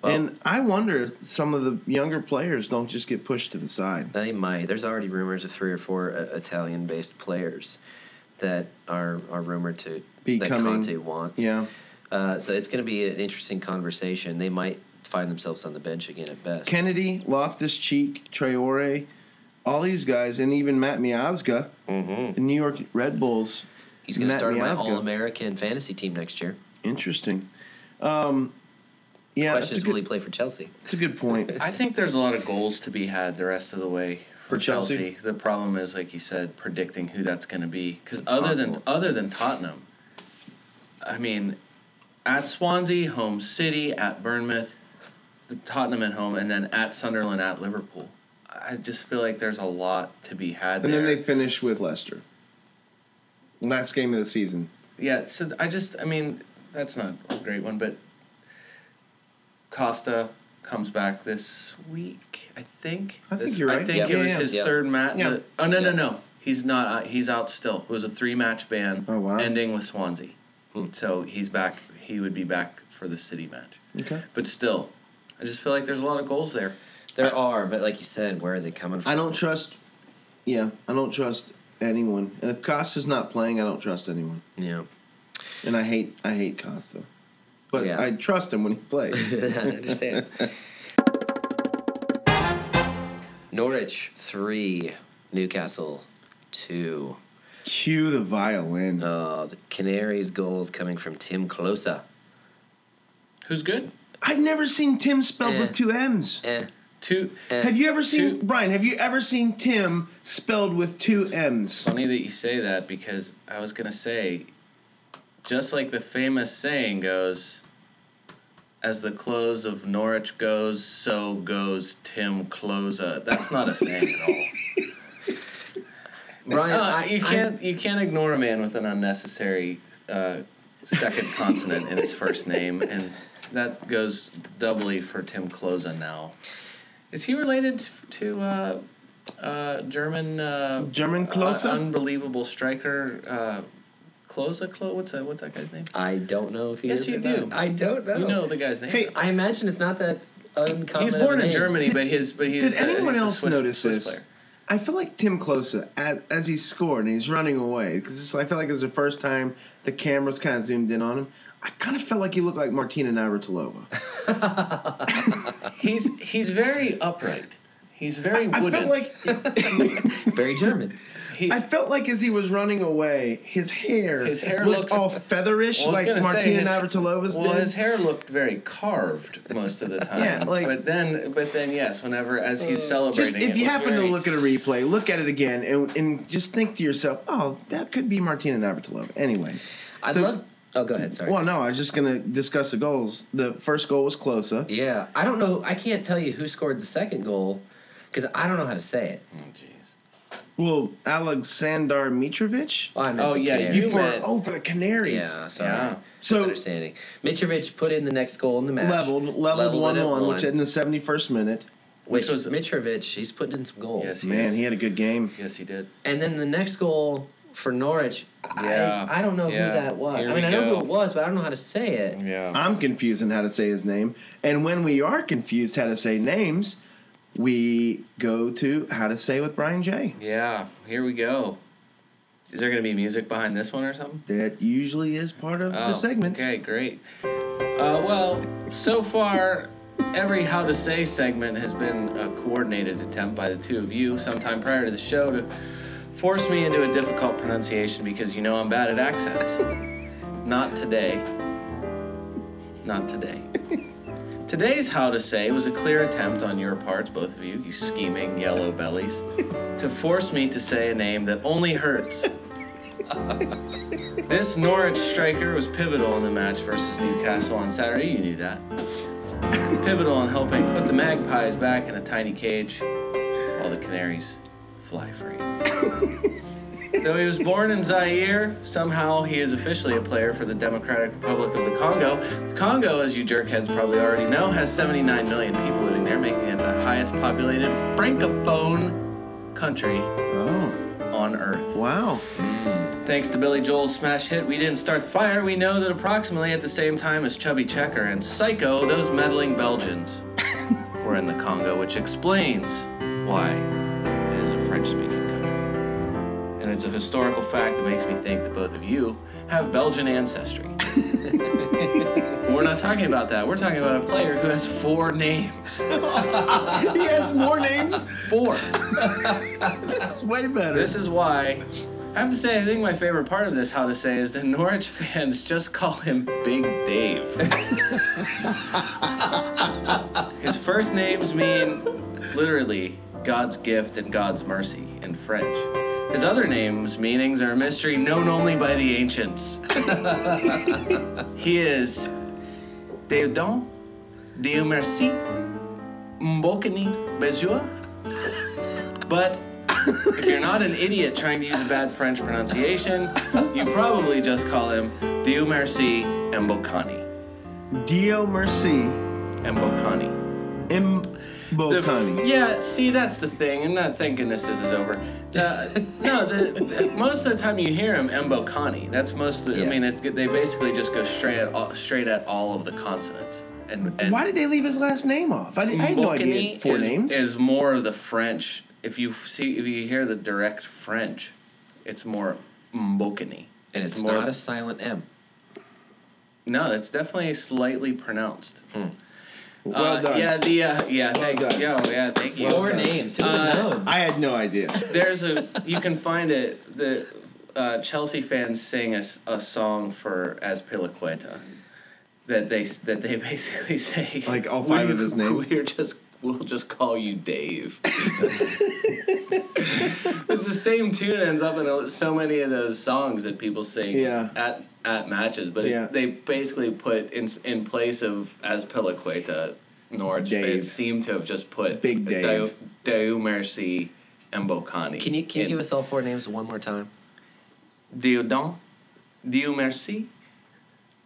[SPEAKER 2] and I wonder if some of the younger players don't just get pushed to the side.
[SPEAKER 3] They might. There's already rumors of three or four uh, Italian-based players that are are rumored to that
[SPEAKER 2] Becoming-
[SPEAKER 3] Conte wants.
[SPEAKER 2] Yeah.
[SPEAKER 3] Uh, so it's going to be an interesting conversation. They might find themselves on the bench again at best.
[SPEAKER 2] Kennedy, Loftus Cheek, Traore, all these guys, and even Matt Miazga, the New York Red Bulls.
[SPEAKER 3] He's going to
[SPEAKER 2] Matt
[SPEAKER 3] start on my
[SPEAKER 2] Miazga.
[SPEAKER 3] All-American fantasy team next year.
[SPEAKER 2] Interesting. Um, yeah, that's
[SPEAKER 3] Question
[SPEAKER 2] a,
[SPEAKER 3] is, will he
[SPEAKER 2] good,
[SPEAKER 3] play for Chelsea?
[SPEAKER 2] that's a good point.
[SPEAKER 1] I think there's a lot of goals to be had the rest of the way
[SPEAKER 2] For Chelsea?
[SPEAKER 1] The problem is, like you said, predicting who that's going to be. Because other than
[SPEAKER 3] impossible.
[SPEAKER 1] other than Tottenham, I mean, at Swansea, home city, at Bournemouth, the Tottenham at home, and then at Sunderland, at Liverpool. I just feel like there's a lot to be had.
[SPEAKER 2] and
[SPEAKER 1] there.
[SPEAKER 2] then they finish with Leicester. Last game of the season.
[SPEAKER 1] Yeah, so I just, I mean, that's not a great one, but Costa comes back this week, I think.
[SPEAKER 2] I think
[SPEAKER 1] This-
[SPEAKER 2] you're
[SPEAKER 1] I
[SPEAKER 2] right.
[SPEAKER 1] think
[SPEAKER 3] Yep.
[SPEAKER 1] it was
[SPEAKER 2] Yeah, yeah,
[SPEAKER 1] his
[SPEAKER 3] yeah.
[SPEAKER 1] third match.
[SPEAKER 2] Yeah.
[SPEAKER 1] Oh, no, no,
[SPEAKER 3] Yeah.
[SPEAKER 1] no. He's not, out- he's out still. It was a three match ban
[SPEAKER 2] Oh, wow.
[SPEAKER 1] ending with Swansea.
[SPEAKER 3] Hmm.
[SPEAKER 1] So he's back, he would be back for the City match.
[SPEAKER 2] Okay.
[SPEAKER 1] But still, I just feel like there's a lot of goals there.
[SPEAKER 3] There are, but like you said, where are they coming from?
[SPEAKER 2] I don't trust. Yeah, I don't trust anyone. And if Costa's not playing, I don't trust anyone.
[SPEAKER 3] Yeah.
[SPEAKER 2] And I hate I hate Costa. But
[SPEAKER 3] Yeah.
[SPEAKER 2] I trust him when he plays.
[SPEAKER 3] I understand. Norwich three, Newcastle two.
[SPEAKER 2] Cue the violin.
[SPEAKER 3] Uh, the Canaries' goals coming from Tim Closa.
[SPEAKER 1] Who's good?
[SPEAKER 2] I've never seen Tim spelled
[SPEAKER 3] Eh.
[SPEAKER 2] with two M's.
[SPEAKER 3] Eh.
[SPEAKER 1] Two.
[SPEAKER 2] Have you ever seen
[SPEAKER 1] Two-
[SPEAKER 2] Brian? Have you ever seen Tim spelled with two M's?
[SPEAKER 1] Funny that you say that because I was gonna say, just like the famous saying goes, as the close of Norwich goes, so goes Tim Closa. That's not a saying at all.
[SPEAKER 3] Brian,
[SPEAKER 1] Uh,
[SPEAKER 3] I,
[SPEAKER 1] you
[SPEAKER 3] I-
[SPEAKER 1] can't you can't ignore a man with an unnecessary uh, second consonant in his first name, and that goes doubly for Tim Closa now. Is he related to uh, uh, German uh,
[SPEAKER 2] German Klose?
[SPEAKER 1] uh, unbelievable striker uh, Klose? Klo- what's that? What's that guy's name?
[SPEAKER 3] I don't know if he
[SPEAKER 1] Yes,
[SPEAKER 3] is.
[SPEAKER 1] you
[SPEAKER 3] or
[SPEAKER 1] do.
[SPEAKER 3] not. I don't know.
[SPEAKER 1] You know the guy's name. Uh,
[SPEAKER 2] Hey,
[SPEAKER 3] I imagine it's not that uncommon.
[SPEAKER 1] Oh. he's
[SPEAKER 3] of
[SPEAKER 1] born
[SPEAKER 3] a
[SPEAKER 1] in
[SPEAKER 3] name.
[SPEAKER 1] Germany, but his but he's
[SPEAKER 2] Did
[SPEAKER 1] a-
[SPEAKER 2] anyone
[SPEAKER 1] he's a
[SPEAKER 2] else
[SPEAKER 1] Swiss-
[SPEAKER 2] notice
[SPEAKER 1] Swiss
[SPEAKER 2] this?
[SPEAKER 1] player.
[SPEAKER 2] I feel like Tim Closa, as, as he scored and he's running away, because I feel like it's the first time the camera's kind of zoomed in on him. I kind of felt like he looked like Martina Navratilova.
[SPEAKER 1] He's he's very upright. He's very
[SPEAKER 2] I
[SPEAKER 1] wooden.
[SPEAKER 2] felt like
[SPEAKER 3] Very German.
[SPEAKER 1] he,
[SPEAKER 2] I felt like as he was running away, his hair
[SPEAKER 1] His hair
[SPEAKER 2] looked
[SPEAKER 1] looks-
[SPEAKER 2] all featherish,
[SPEAKER 1] Well, I was
[SPEAKER 2] like
[SPEAKER 1] gonna say
[SPEAKER 2] Martina
[SPEAKER 1] his-
[SPEAKER 2] Navratilova's
[SPEAKER 1] Well,
[SPEAKER 2] did.
[SPEAKER 1] his hair looked very carved most of the time.
[SPEAKER 2] Yeah, like-
[SPEAKER 1] but then, but then, yes, whenever as he's celebrating,
[SPEAKER 2] just if
[SPEAKER 1] it
[SPEAKER 2] you
[SPEAKER 1] was
[SPEAKER 2] happen
[SPEAKER 1] very-
[SPEAKER 2] to look at a replay, look at it again, and, and just think to yourself, "Oh, that could be Martina Navratilova." Anyways,
[SPEAKER 3] I
[SPEAKER 2] So-
[SPEAKER 3] love. Oh, go ahead. Sorry.
[SPEAKER 2] Well, no, I was just gonna discuss the goals. The first goal was Closa.
[SPEAKER 3] Yeah, I don't know. I can't tell you who scored the second goal because I don't know how to say it.
[SPEAKER 1] oh, jeez.
[SPEAKER 2] Well, Alexander Mitrovic.
[SPEAKER 3] I meant
[SPEAKER 1] Oh,
[SPEAKER 3] the
[SPEAKER 1] yeah,
[SPEAKER 3] Canaries.
[SPEAKER 1] you
[SPEAKER 2] For,
[SPEAKER 1] meant-
[SPEAKER 2] oh, for the Canaries.
[SPEAKER 3] Yeah, sorry.
[SPEAKER 1] Yeah.
[SPEAKER 2] So-
[SPEAKER 3] Misunderstanding. Mitrovic put in the next goal in the match.
[SPEAKER 2] Leveled, leveled,
[SPEAKER 3] it
[SPEAKER 2] one
[SPEAKER 3] at
[SPEAKER 2] one, which in the seventy first minute.
[SPEAKER 3] which
[SPEAKER 1] Which was-
[SPEAKER 3] Mitrovic, he's putting in some goals.
[SPEAKER 1] Yes,
[SPEAKER 2] Man, he had a good game.
[SPEAKER 1] Yes, he did.
[SPEAKER 3] And then the next goal for Norwich,
[SPEAKER 1] Yeah.
[SPEAKER 3] I, I don't know
[SPEAKER 1] Yeah.
[SPEAKER 3] who that was.
[SPEAKER 1] Here
[SPEAKER 3] I mean,
[SPEAKER 1] we
[SPEAKER 3] I know
[SPEAKER 1] go.
[SPEAKER 3] who it was, but I don't know how to say it.
[SPEAKER 1] Yeah.
[SPEAKER 2] I'm confused in how to say his name. And when we are confused how to say names, we go to how to say with Brian J.
[SPEAKER 1] Yeah. Here we go. Is there gonna be music behind this one or something?
[SPEAKER 2] That usually is part of
[SPEAKER 1] Oh,
[SPEAKER 2] the segment.
[SPEAKER 1] Okay, great. Uh, well, so far, every How to Say segment has been a coordinated attempt by the two of you sometime prior to the show to force me into a difficult pronunciation because you know I'm bad at accents. Not today. Not today. Today's How to Say was a clear attempt on your parts, both of you, you scheming yellow bellies, to force me to say a name that only hurts. This Norwich striker was pivotal in the match versus Newcastle on Saturday. You knew that. pivotal in helping put the Magpies back in a tiny cage while the Canaries fly free. Though he was born in Zaire, somehow he is officially a player for the Democratic Republic of the Congo. The Congo, as you jerkheads probably already know, has 79 million people living there, making it the highest populated francophone country
[SPEAKER 2] Oh,
[SPEAKER 1] on earth.
[SPEAKER 2] wow.
[SPEAKER 1] Thanks to Billy Joel's smash hit, We Didn't Start the Fire, we know that approximately at the same time as Chubby Checker and Psycho, those meddling Belgians were in the Congo, which explains why it is a French speaking country. And it's a historical fact that makes me think that both of you have Belgian ancestry. But we're not talking about that. We're talking about a player who has four names.
[SPEAKER 2] he has more names.
[SPEAKER 1] Four.
[SPEAKER 2] This is way better.
[SPEAKER 1] This is why. I have to say, I think my favorite part of this, how to say, is that Norwich fans just call him Big Dave. His first names mean literally God's gift and God's mercy in French. His other names' meanings are a mystery known only by the ancients. he is Deodon, Dieu merci, Mbokini, Bezua. But if you're not an idiot trying to use a bad French pronunciation, you probably just call him Dieu merci Mbokani.
[SPEAKER 2] Dio Mercy
[SPEAKER 1] Mbokani. The f-
[SPEAKER 2] Mbokani.
[SPEAKER 1] yeah, see, that's the thing. I'm not thinking this, this is over. Uh, no, the, the- most of the time you hear him Mbokani. That's most of the, I mean,
[SPEAKER 3] Yes.
[SPEAKER 1] it, they basically just go straight at all, straight at all of the consonants. And, and
[SPEAKER 2] Why did they leave his last name off? I, did, I had no idea. he
[SPEAKER 1] Mbokani
[SPEAKER 2] had Four
[SPEAKER 1] is, uh,
[SPEAKER 2] names.
[SPEAKER 1] is more of the French. If you see, if you hear the direct French, It's more Mbokani.
[SPEAKER 3] And it's,
[SPEAKER 1] more,
[SPEAKER 3] not a silent M.
[SPEAKER 1] No, it's definitely slightly pronounced.
[SPEAKER 2] Well
[SPEAKER 1] Uh,
[SPEAKER 2] done.
[SPEAKER 1] Yeah, the uh, yeah, thanks.
[SPEAKER 2] done.
[SPEAKER 1] Yeah, yeah, thank you.
[SPEAKER 3] Four names. Who would
[SPEAKER 1] Uh,
[SPEAKER 3] have known?
[SPEAKER 2] I had no idea.
[SPEAKER 1] There's a you can find it. The uh, Chelsea fans sing a, s- a song for as Piliqueta that they s- that they basically say
[SPEAKER 2] Like all five
[SPEAKER 1] "We-
[SPEAKER 2] of his names?"
[SPEAKER 1] We're just we'll just call you Dave. it's the same tune ends up in a- so many of those songs that people sing
[SPEAKER 2] Yeah.
[SPEAKER 1] at at matches, but
[SPEAKER 2] Yeah.
[SPEAKER 1] if they basically put in in place of as Piliqueta. Norwich
[SPEAKER 2] Dave.
[SPEAKER 1] fans seem to have just put
[SPEAKER 2] Big Dave.
[SPEAKER 1] Dio- Deu Mercy and Bocani.
[SPEAKER 3] Can you can you
[SPEAKER 1] in.
[SPEAKER 3] give us all four names one more time?
[SPEAKER 1] Dieu don, Dieu merci,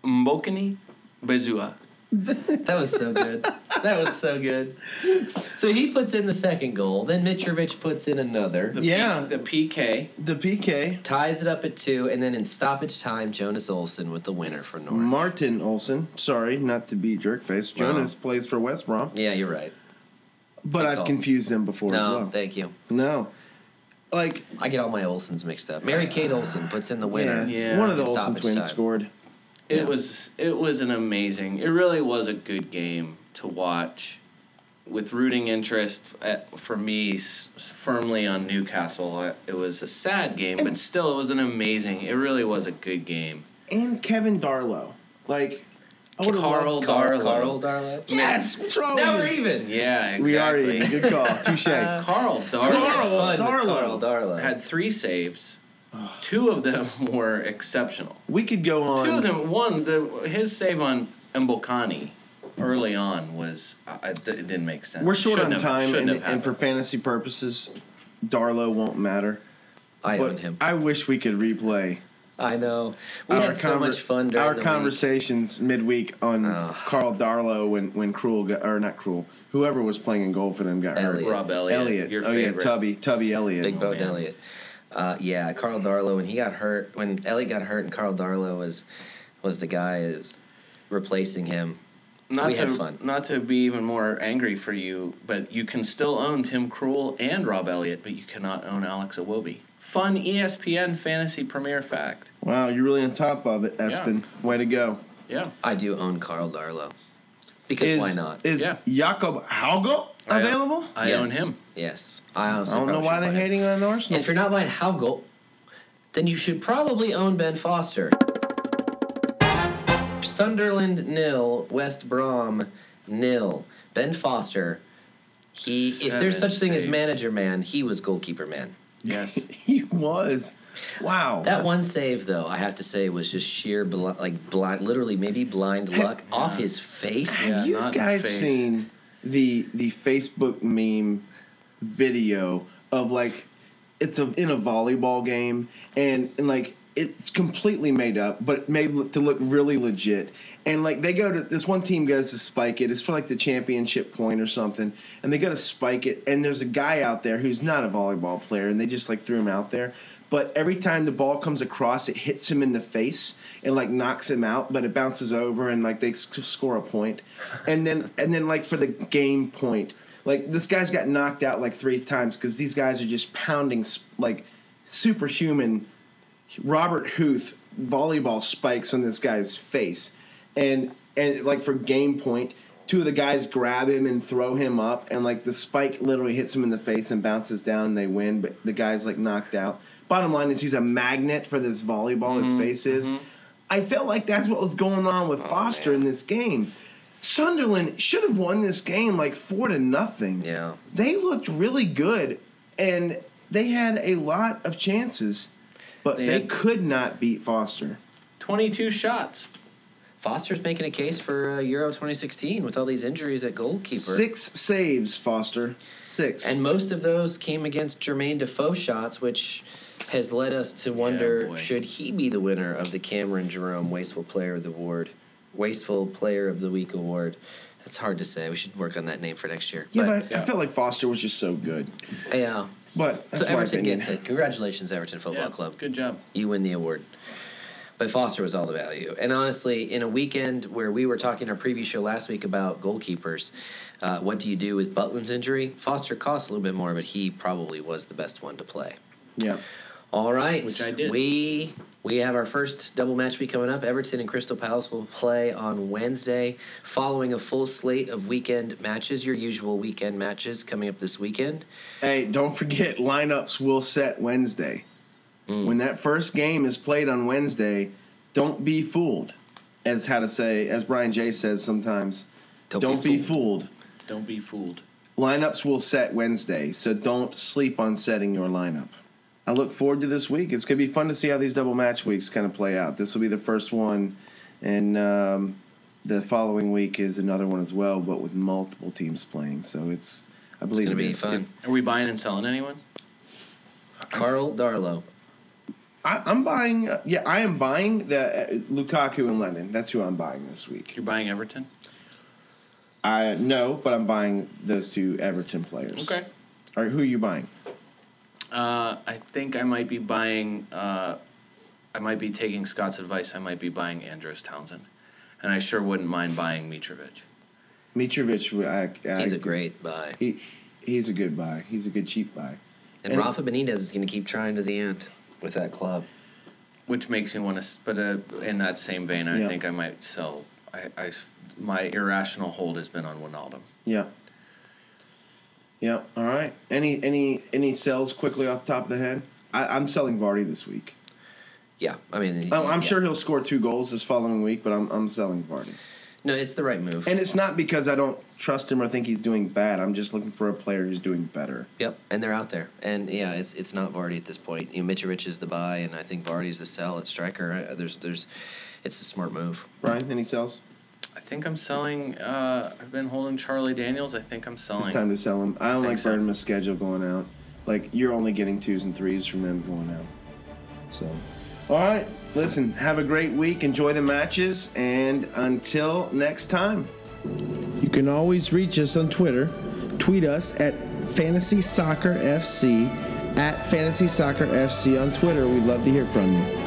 [SPEAKER 1] Mbokani, Bezua.
[SPEAKER 3] That was so good. that was so good. So he puts in the second goal. Then Mitrovic puts in another.
[SPEAKER 2] Yeah.
[SPEAKER 1] The PK.
[SPEAKER 2] The PK,
[SPEAKER 3] ties it up at two, and then in stoppage time, Jonas Olsen with the winner for Norwich.
[SPEAKER 2] Martin Olsen, sorry, not to be jerkface. Jonas plays for West Brom,
[SPEAKER 3] yeah, you're right.
[SPEAKER 2] but
[SPEAKER 3] Good
[SPEAKER 2] I've
[SPEAKER 3] call.
[SPEAKER 2] confused them before as
[SPEAKER 3] No,
[SPEAKER 2] well.
[SPEAKER 3] thank you.
[SPEAKER 2] no. Like,
[SPEAKER 3] I get all my Olsons mixed up. Mary Kate Olsen puts in the
[SPEAKER 2] yeah,
[SPEAKER 3] winner.
[SPEAKER 1] Yeah.
[SPEAKER 2] one of the
[SPEAKER 3] In
[SPEAKER 2] Olsen
[SPEAKER 3] stoppage
[SPEAKER 2] twins
[SPEAKER 3] time.
[SPEAKER 2] scored.
[SPEAKER 1] It
[SPEAKER 3] Yeah.
[SPEAKER 1] was it was an amazing. It really was a good game to watch, with rooting interest at, for me s- firmly on Newcastle. I- It was a sad game, but still, it was an amazing. It really was a good game.
[SPEAKER 2] And Kevin Darlow. Like, I would've
[SPEAKER 1] Carl
[SPEAKER 2] loved-
[SPEAKER 1] Darlow.
[SPEAKER 3] Carl Darlow.
[SPEAKER 2] Yes! What's wrong
[SPEAKER 3] Now
[SPEAKER 2] with
[SPEAKER 3] we're
[SPEAKER 2] you?
[SPEAKER 3] even.
[SPEAKER 1] Yeah, exactly. Uh,
[SPEAKER 2] We are even. Good call. Touche.
[SPEAKER 1] Carl Darlow.
[SPEAKER 2] Carl
[SPEAKER 3] Fun with
[SPEAKER 2] Darlow.
[SPEAKER 3] Carl Darlow.
[SPEAKER 1] had three saves. Two of them were exceptional.
[SPEAKER 2] we could go on.
[SPEAKER 1] Two of them. One, the his save on Mbokani early on was I, I- it didn't make sense.
[SPEAKER 2] We're short
[SPEAKER 1] Shouldn't
[SPEAKER 2] on
[SPEAKER 1] have-
[SPEAKER 2] time,
[SPEAKER 1] shouldn't
[SPEAKER 2] and,
[SPEAKER 1] have
[SPEAKER 2] and for
[SPEAKER 1] happened.
[SPEAKER 2] fantasy purposes, Darlow won't matter.
[SPEAKER 3] I
[SPEAKER 2] But
[SPEAKER 3] own him.
[SPEAKER 2] I wish we could replay
[SPEAKER 3] I know. We had so
[SPEAKER 2] conver-
[SPEAKER 3] much fun during
[SPEAKER 2] our
[SPEAKER 3] the week.
[SPEAKER 2] conversations midweek on
[SPEAKER 3] Ugh.
[SPEAKER 2] Carl Darlow when when Cruel got, or not Cruel, whoever was playing in goal for them got
[SPEAKER 3] Elliot.
[SPEAKER 2] hurt.
[SPEAKER 1] Rob Elliot,
[SPEAKER 2] Elliot.
[SPEAKER 1] your
[SPEAKER 2] oh
[SPEAKER 1] favorite.
[SPEAKER 2] yeah, Tubby, Tubby Elliot.
[SPEAKER 3] Big Bo
[SPEAKER 1] man.
[SPEAKER 3] Elliott. Uh, yeah, Carl Darlow when he got hurt when Elliot got hurt and Carl Darlow was was the guy that was replacing him.
[SPEAKER 1] Not
[SPEAKER 3] we
[SPEAKER 1] to,
[SPEAKER 3] had fun.
[SPEAKER 1] Not to be even more angry for you, but you can still own Tim Krul and Rob Elliott, but you cannot own Alex Awobi. Fun E ESPN fantasy premiere fact.
[SPEAKER 2] Wow, you're really on top of it, Espen. Way to go.
[SPEAKER 1] Yeah.
[SPEAKER 3] I do own Carl Darlow. Because
[SPEAKER 2] Is,
[SPEAKER 3] why not? uh,
[SPEAKER 2] Is
[SPEAKER 1] Yeah.
[SPEAKER 2] Jakob Haugo
[SPEAKER 1] I-
[SPEAKER 2] available?
[SPEAKER 1] I
[SPEAKER 3] Yes.
[SPEAKER 1] own him.
[SPEAKER 3] Yes. I honestly
[SPEAKER 2] I don't know
[SPEAKER 3] probably
[SPEAKER 2] why
[SPEAKER 3] should
[SPEAKER 2] they're
[SPEAKER 3] buy him.
[SPEAKER 2] hating on Arsenal.
[SPEAKER 3] If you're not buying Howgul, then you should probably own Ben Foster. Sunderland nil, West Brom nil. Ben Foster, he if there's
[SPEAKER 1] Seven
[SPEAKER 3] such thing as
[SPEAKER 1] saves.
[SPEAKER 3] manager man, he was goalkeeper man.
[SPEAKER 1] Yes.
[SPEAKER 2] he was. Wow.
[SPEAKER 3] That one save though, I have to say, was just sheer bl- like blind, literally maybe blind luck off his face.
[SPEAKER 1] Yeah,
[SPEAKER 2] Have you
[SPEAKER 1] not in
[SPEAKER 2] guys
[SPEAKER 1] face.
[SPEAKER 2] seen the the Facebook meme video of like it's a in a volleyball game and and like it's completely made up, but made lo- to look really legit. And like they go to this one team goes to spike it. It's for like the championship point or something, and they go to spike it. And there's a guy out there who's not a volleyball player, and they just like threw him out there. But every time the ball comes across, it hits him in the face and like knocks him out. But it bounces over, and like they s- score a point. And then and then like for the game point, like this guy's got knocked out like three times because these guys are just pounding sp- like superhuman Robert Huth volleyball spikes on this guy's face, and and like for game point, two of the guys grab him and throw him up, and like the spike literally hits him in the face and bounces down, and they win. But the guy's like knocked out. Bottom line is he's a magnet for this volleyball. his face is. I felt like that's what was going on with Foster in this game. Sunderland should have won this game like four to nothing
[SPEAKER 3] Yeah.
[SPEAKER 2] they looked really good and they had a lot of chances but they,
[SPEAKER 1] They had-
[SPEAKER 2] could not beat foster
[SPEAKER 1] 22 shots.
[SPEAKER 3] Foster's making a case for uh, Euro 2016 with all these injuries at goalkeeper.
[SPEAKER 2] six saves foster six
[SPEAKER 3] And most of those came against Jermaine Defoe shots, which has led us to wonder
[SPEAKER 1] boy.
[SPEAKER 3] should he be the winner of the Cameron Jerome Wasteful Player of the Award, Wasteful Player of the Week Award. That's hard to say. We should work on that name for next year.
[SPEAKER 2] yeah but, I, I felt like foster was just so good
[SPEAKER 3] yeah.
[SPEAKER 2] but that's
[SPEAKER 3] So
[SPEAKER 2] my
[SPEAKER 3] Everton
[SPEAKER 2] opinion.
[SPEAKER 3] gets it. Congratulations, Everton Football
[SPEAKER 1] Yeah,
[SPEAKER 3] Club.
[SPEAKER 1] Good job.
[SPEAKER 3] You win the award. But Foster was all the value. And honestly, in a weekend where we were talking in our preview show last week about goalkeepers, uh, what do you do with Butland's injury? Foster costs a little bit more, but he probably was the best one to play.
[SPEAKER 2] yeah
[SPEAKER 3] All right.
[SPEAKER 1] Which I did.
[SPEAKER 3] We we have our first double match week coming up. Everton and Crystal Palace will play on Wednesday, following a full slate of weekend matches. Your usual weekend matches coming up this weekend.
[SPEAKER 2] Hey, don't forget lineups will set Wednesday.
[SPEAKER 3] Mm.
[SPEAKER 2] When that first game is played on Wednesday, don't be fooled. As how to say, as Brian Jay says sometimes,
[SPEAKER 3] Don't
[SPEAKER 2] don't,
[SPEAKER 3] be
[SPEAKER 2] be, fooled.
[SPEAKER 1] Don't be fooled.
[SPEAKER 2] Lineups will set Wednesday, so don't sleep on setting your lineup. I look forward to this week. It's gonna be fun to see how these double match weeks kind of play out. This will be the first one, and um, the following week is another one as well, but with multiple teams playing. So it's, I
[SPEAKER 3] It's
[SPEAKER 2] believe,
[SPEAKER 3] gonna
[SPEAKER 2] it
[SPEAKER 3] be
[SPEAKER 2] is.
[SPEAKER 3] fun.
[SPEAKER 1] Are we buying and selling anyone?
[SPEAKER 3] Carl Darlow.
[SPEAKER 2] I, I'm buying. uh, Yeah, I am buying the uh, Lukaku and Lennon. That's who I'm buying this week.
[SPEAKER 1] You're buying Everton?
[SPEAKER 2] I no, but I'm buying those two Everton players.
[SPEAKER 1] Okay.
[SPEAKER 2] All right, who are you buying?
[SPEAKER 1] Uh, I think I might be buying. Uh, I might be taking Scott's advice. I might be buying Andros Townsend, and I sure wouldn't mind buying Mitrovic.
[SPEAKER 2] Mitrovic. I, I,
[SPEAKER 3] He's a great buy.
[SPEAKER 2] He, he's a good buy. He's a good cheap buy.
[SPEAKER 3] And,
[SPEAKER 2] and-
[SPEAKER 3] Rafa Benitez is gonna keep trying to the end with that club.
[SPEAKER 1] Which makes me want to. But uh, in that same vein, I
[SPEAKER 2] Yeah.
[SPEAKER 1] think I might sell. I, I s- my irrational hold has been on Wijnaldum.
[SPEAKER 2] Yeah. Yeah. All right. Any any any sales quickly off the top of the head? I, I'm selling Vardy this week.
[SPEAKER 3] Yeah, I mean,
[SPEAKER 2] Oh, I'm, I'm
[SPEAKER 3] yeah.
[SPEAKER 2] sure he'll score two goals this following week, but I'm I'm selling Vardy.
[SPEAKER 3] No, it's the right move.
[SPEAKER 2] And it's not because I don't trust him or think he's doing bad. I'm just looking for a player who's doing better.
[SPEAKER 3] Yep, and they're out there, and yeah, it's it's not Vardy at this point. You know, Mitrovic is the buy, and I think Vardy's the sell at striker. Uh, There's there's, it's a smart move.
[SPEAKER 2] Brian, any sales?
[SPEAKER 1] I think I'm selling. Uh, I've been holding Charlie Daniels. I think I'm selling.
[SPEAKER 2] It's time to sell him. I don't
[SPEAKER 1] Think
[SPEAKER 2] like
[SPEAKER 1] so.
[SPEAKER 2] Burnham's schedule going out. Like you're only getting twos and threes from them going out. So, all right. Listen, have a great week. Enjoy the matches, and until next time. You can always reach us on Twitter. Tweet us at Fantasy Soccer FC at Fantasy Soccer FC on Twitter. We'd love to hear from you.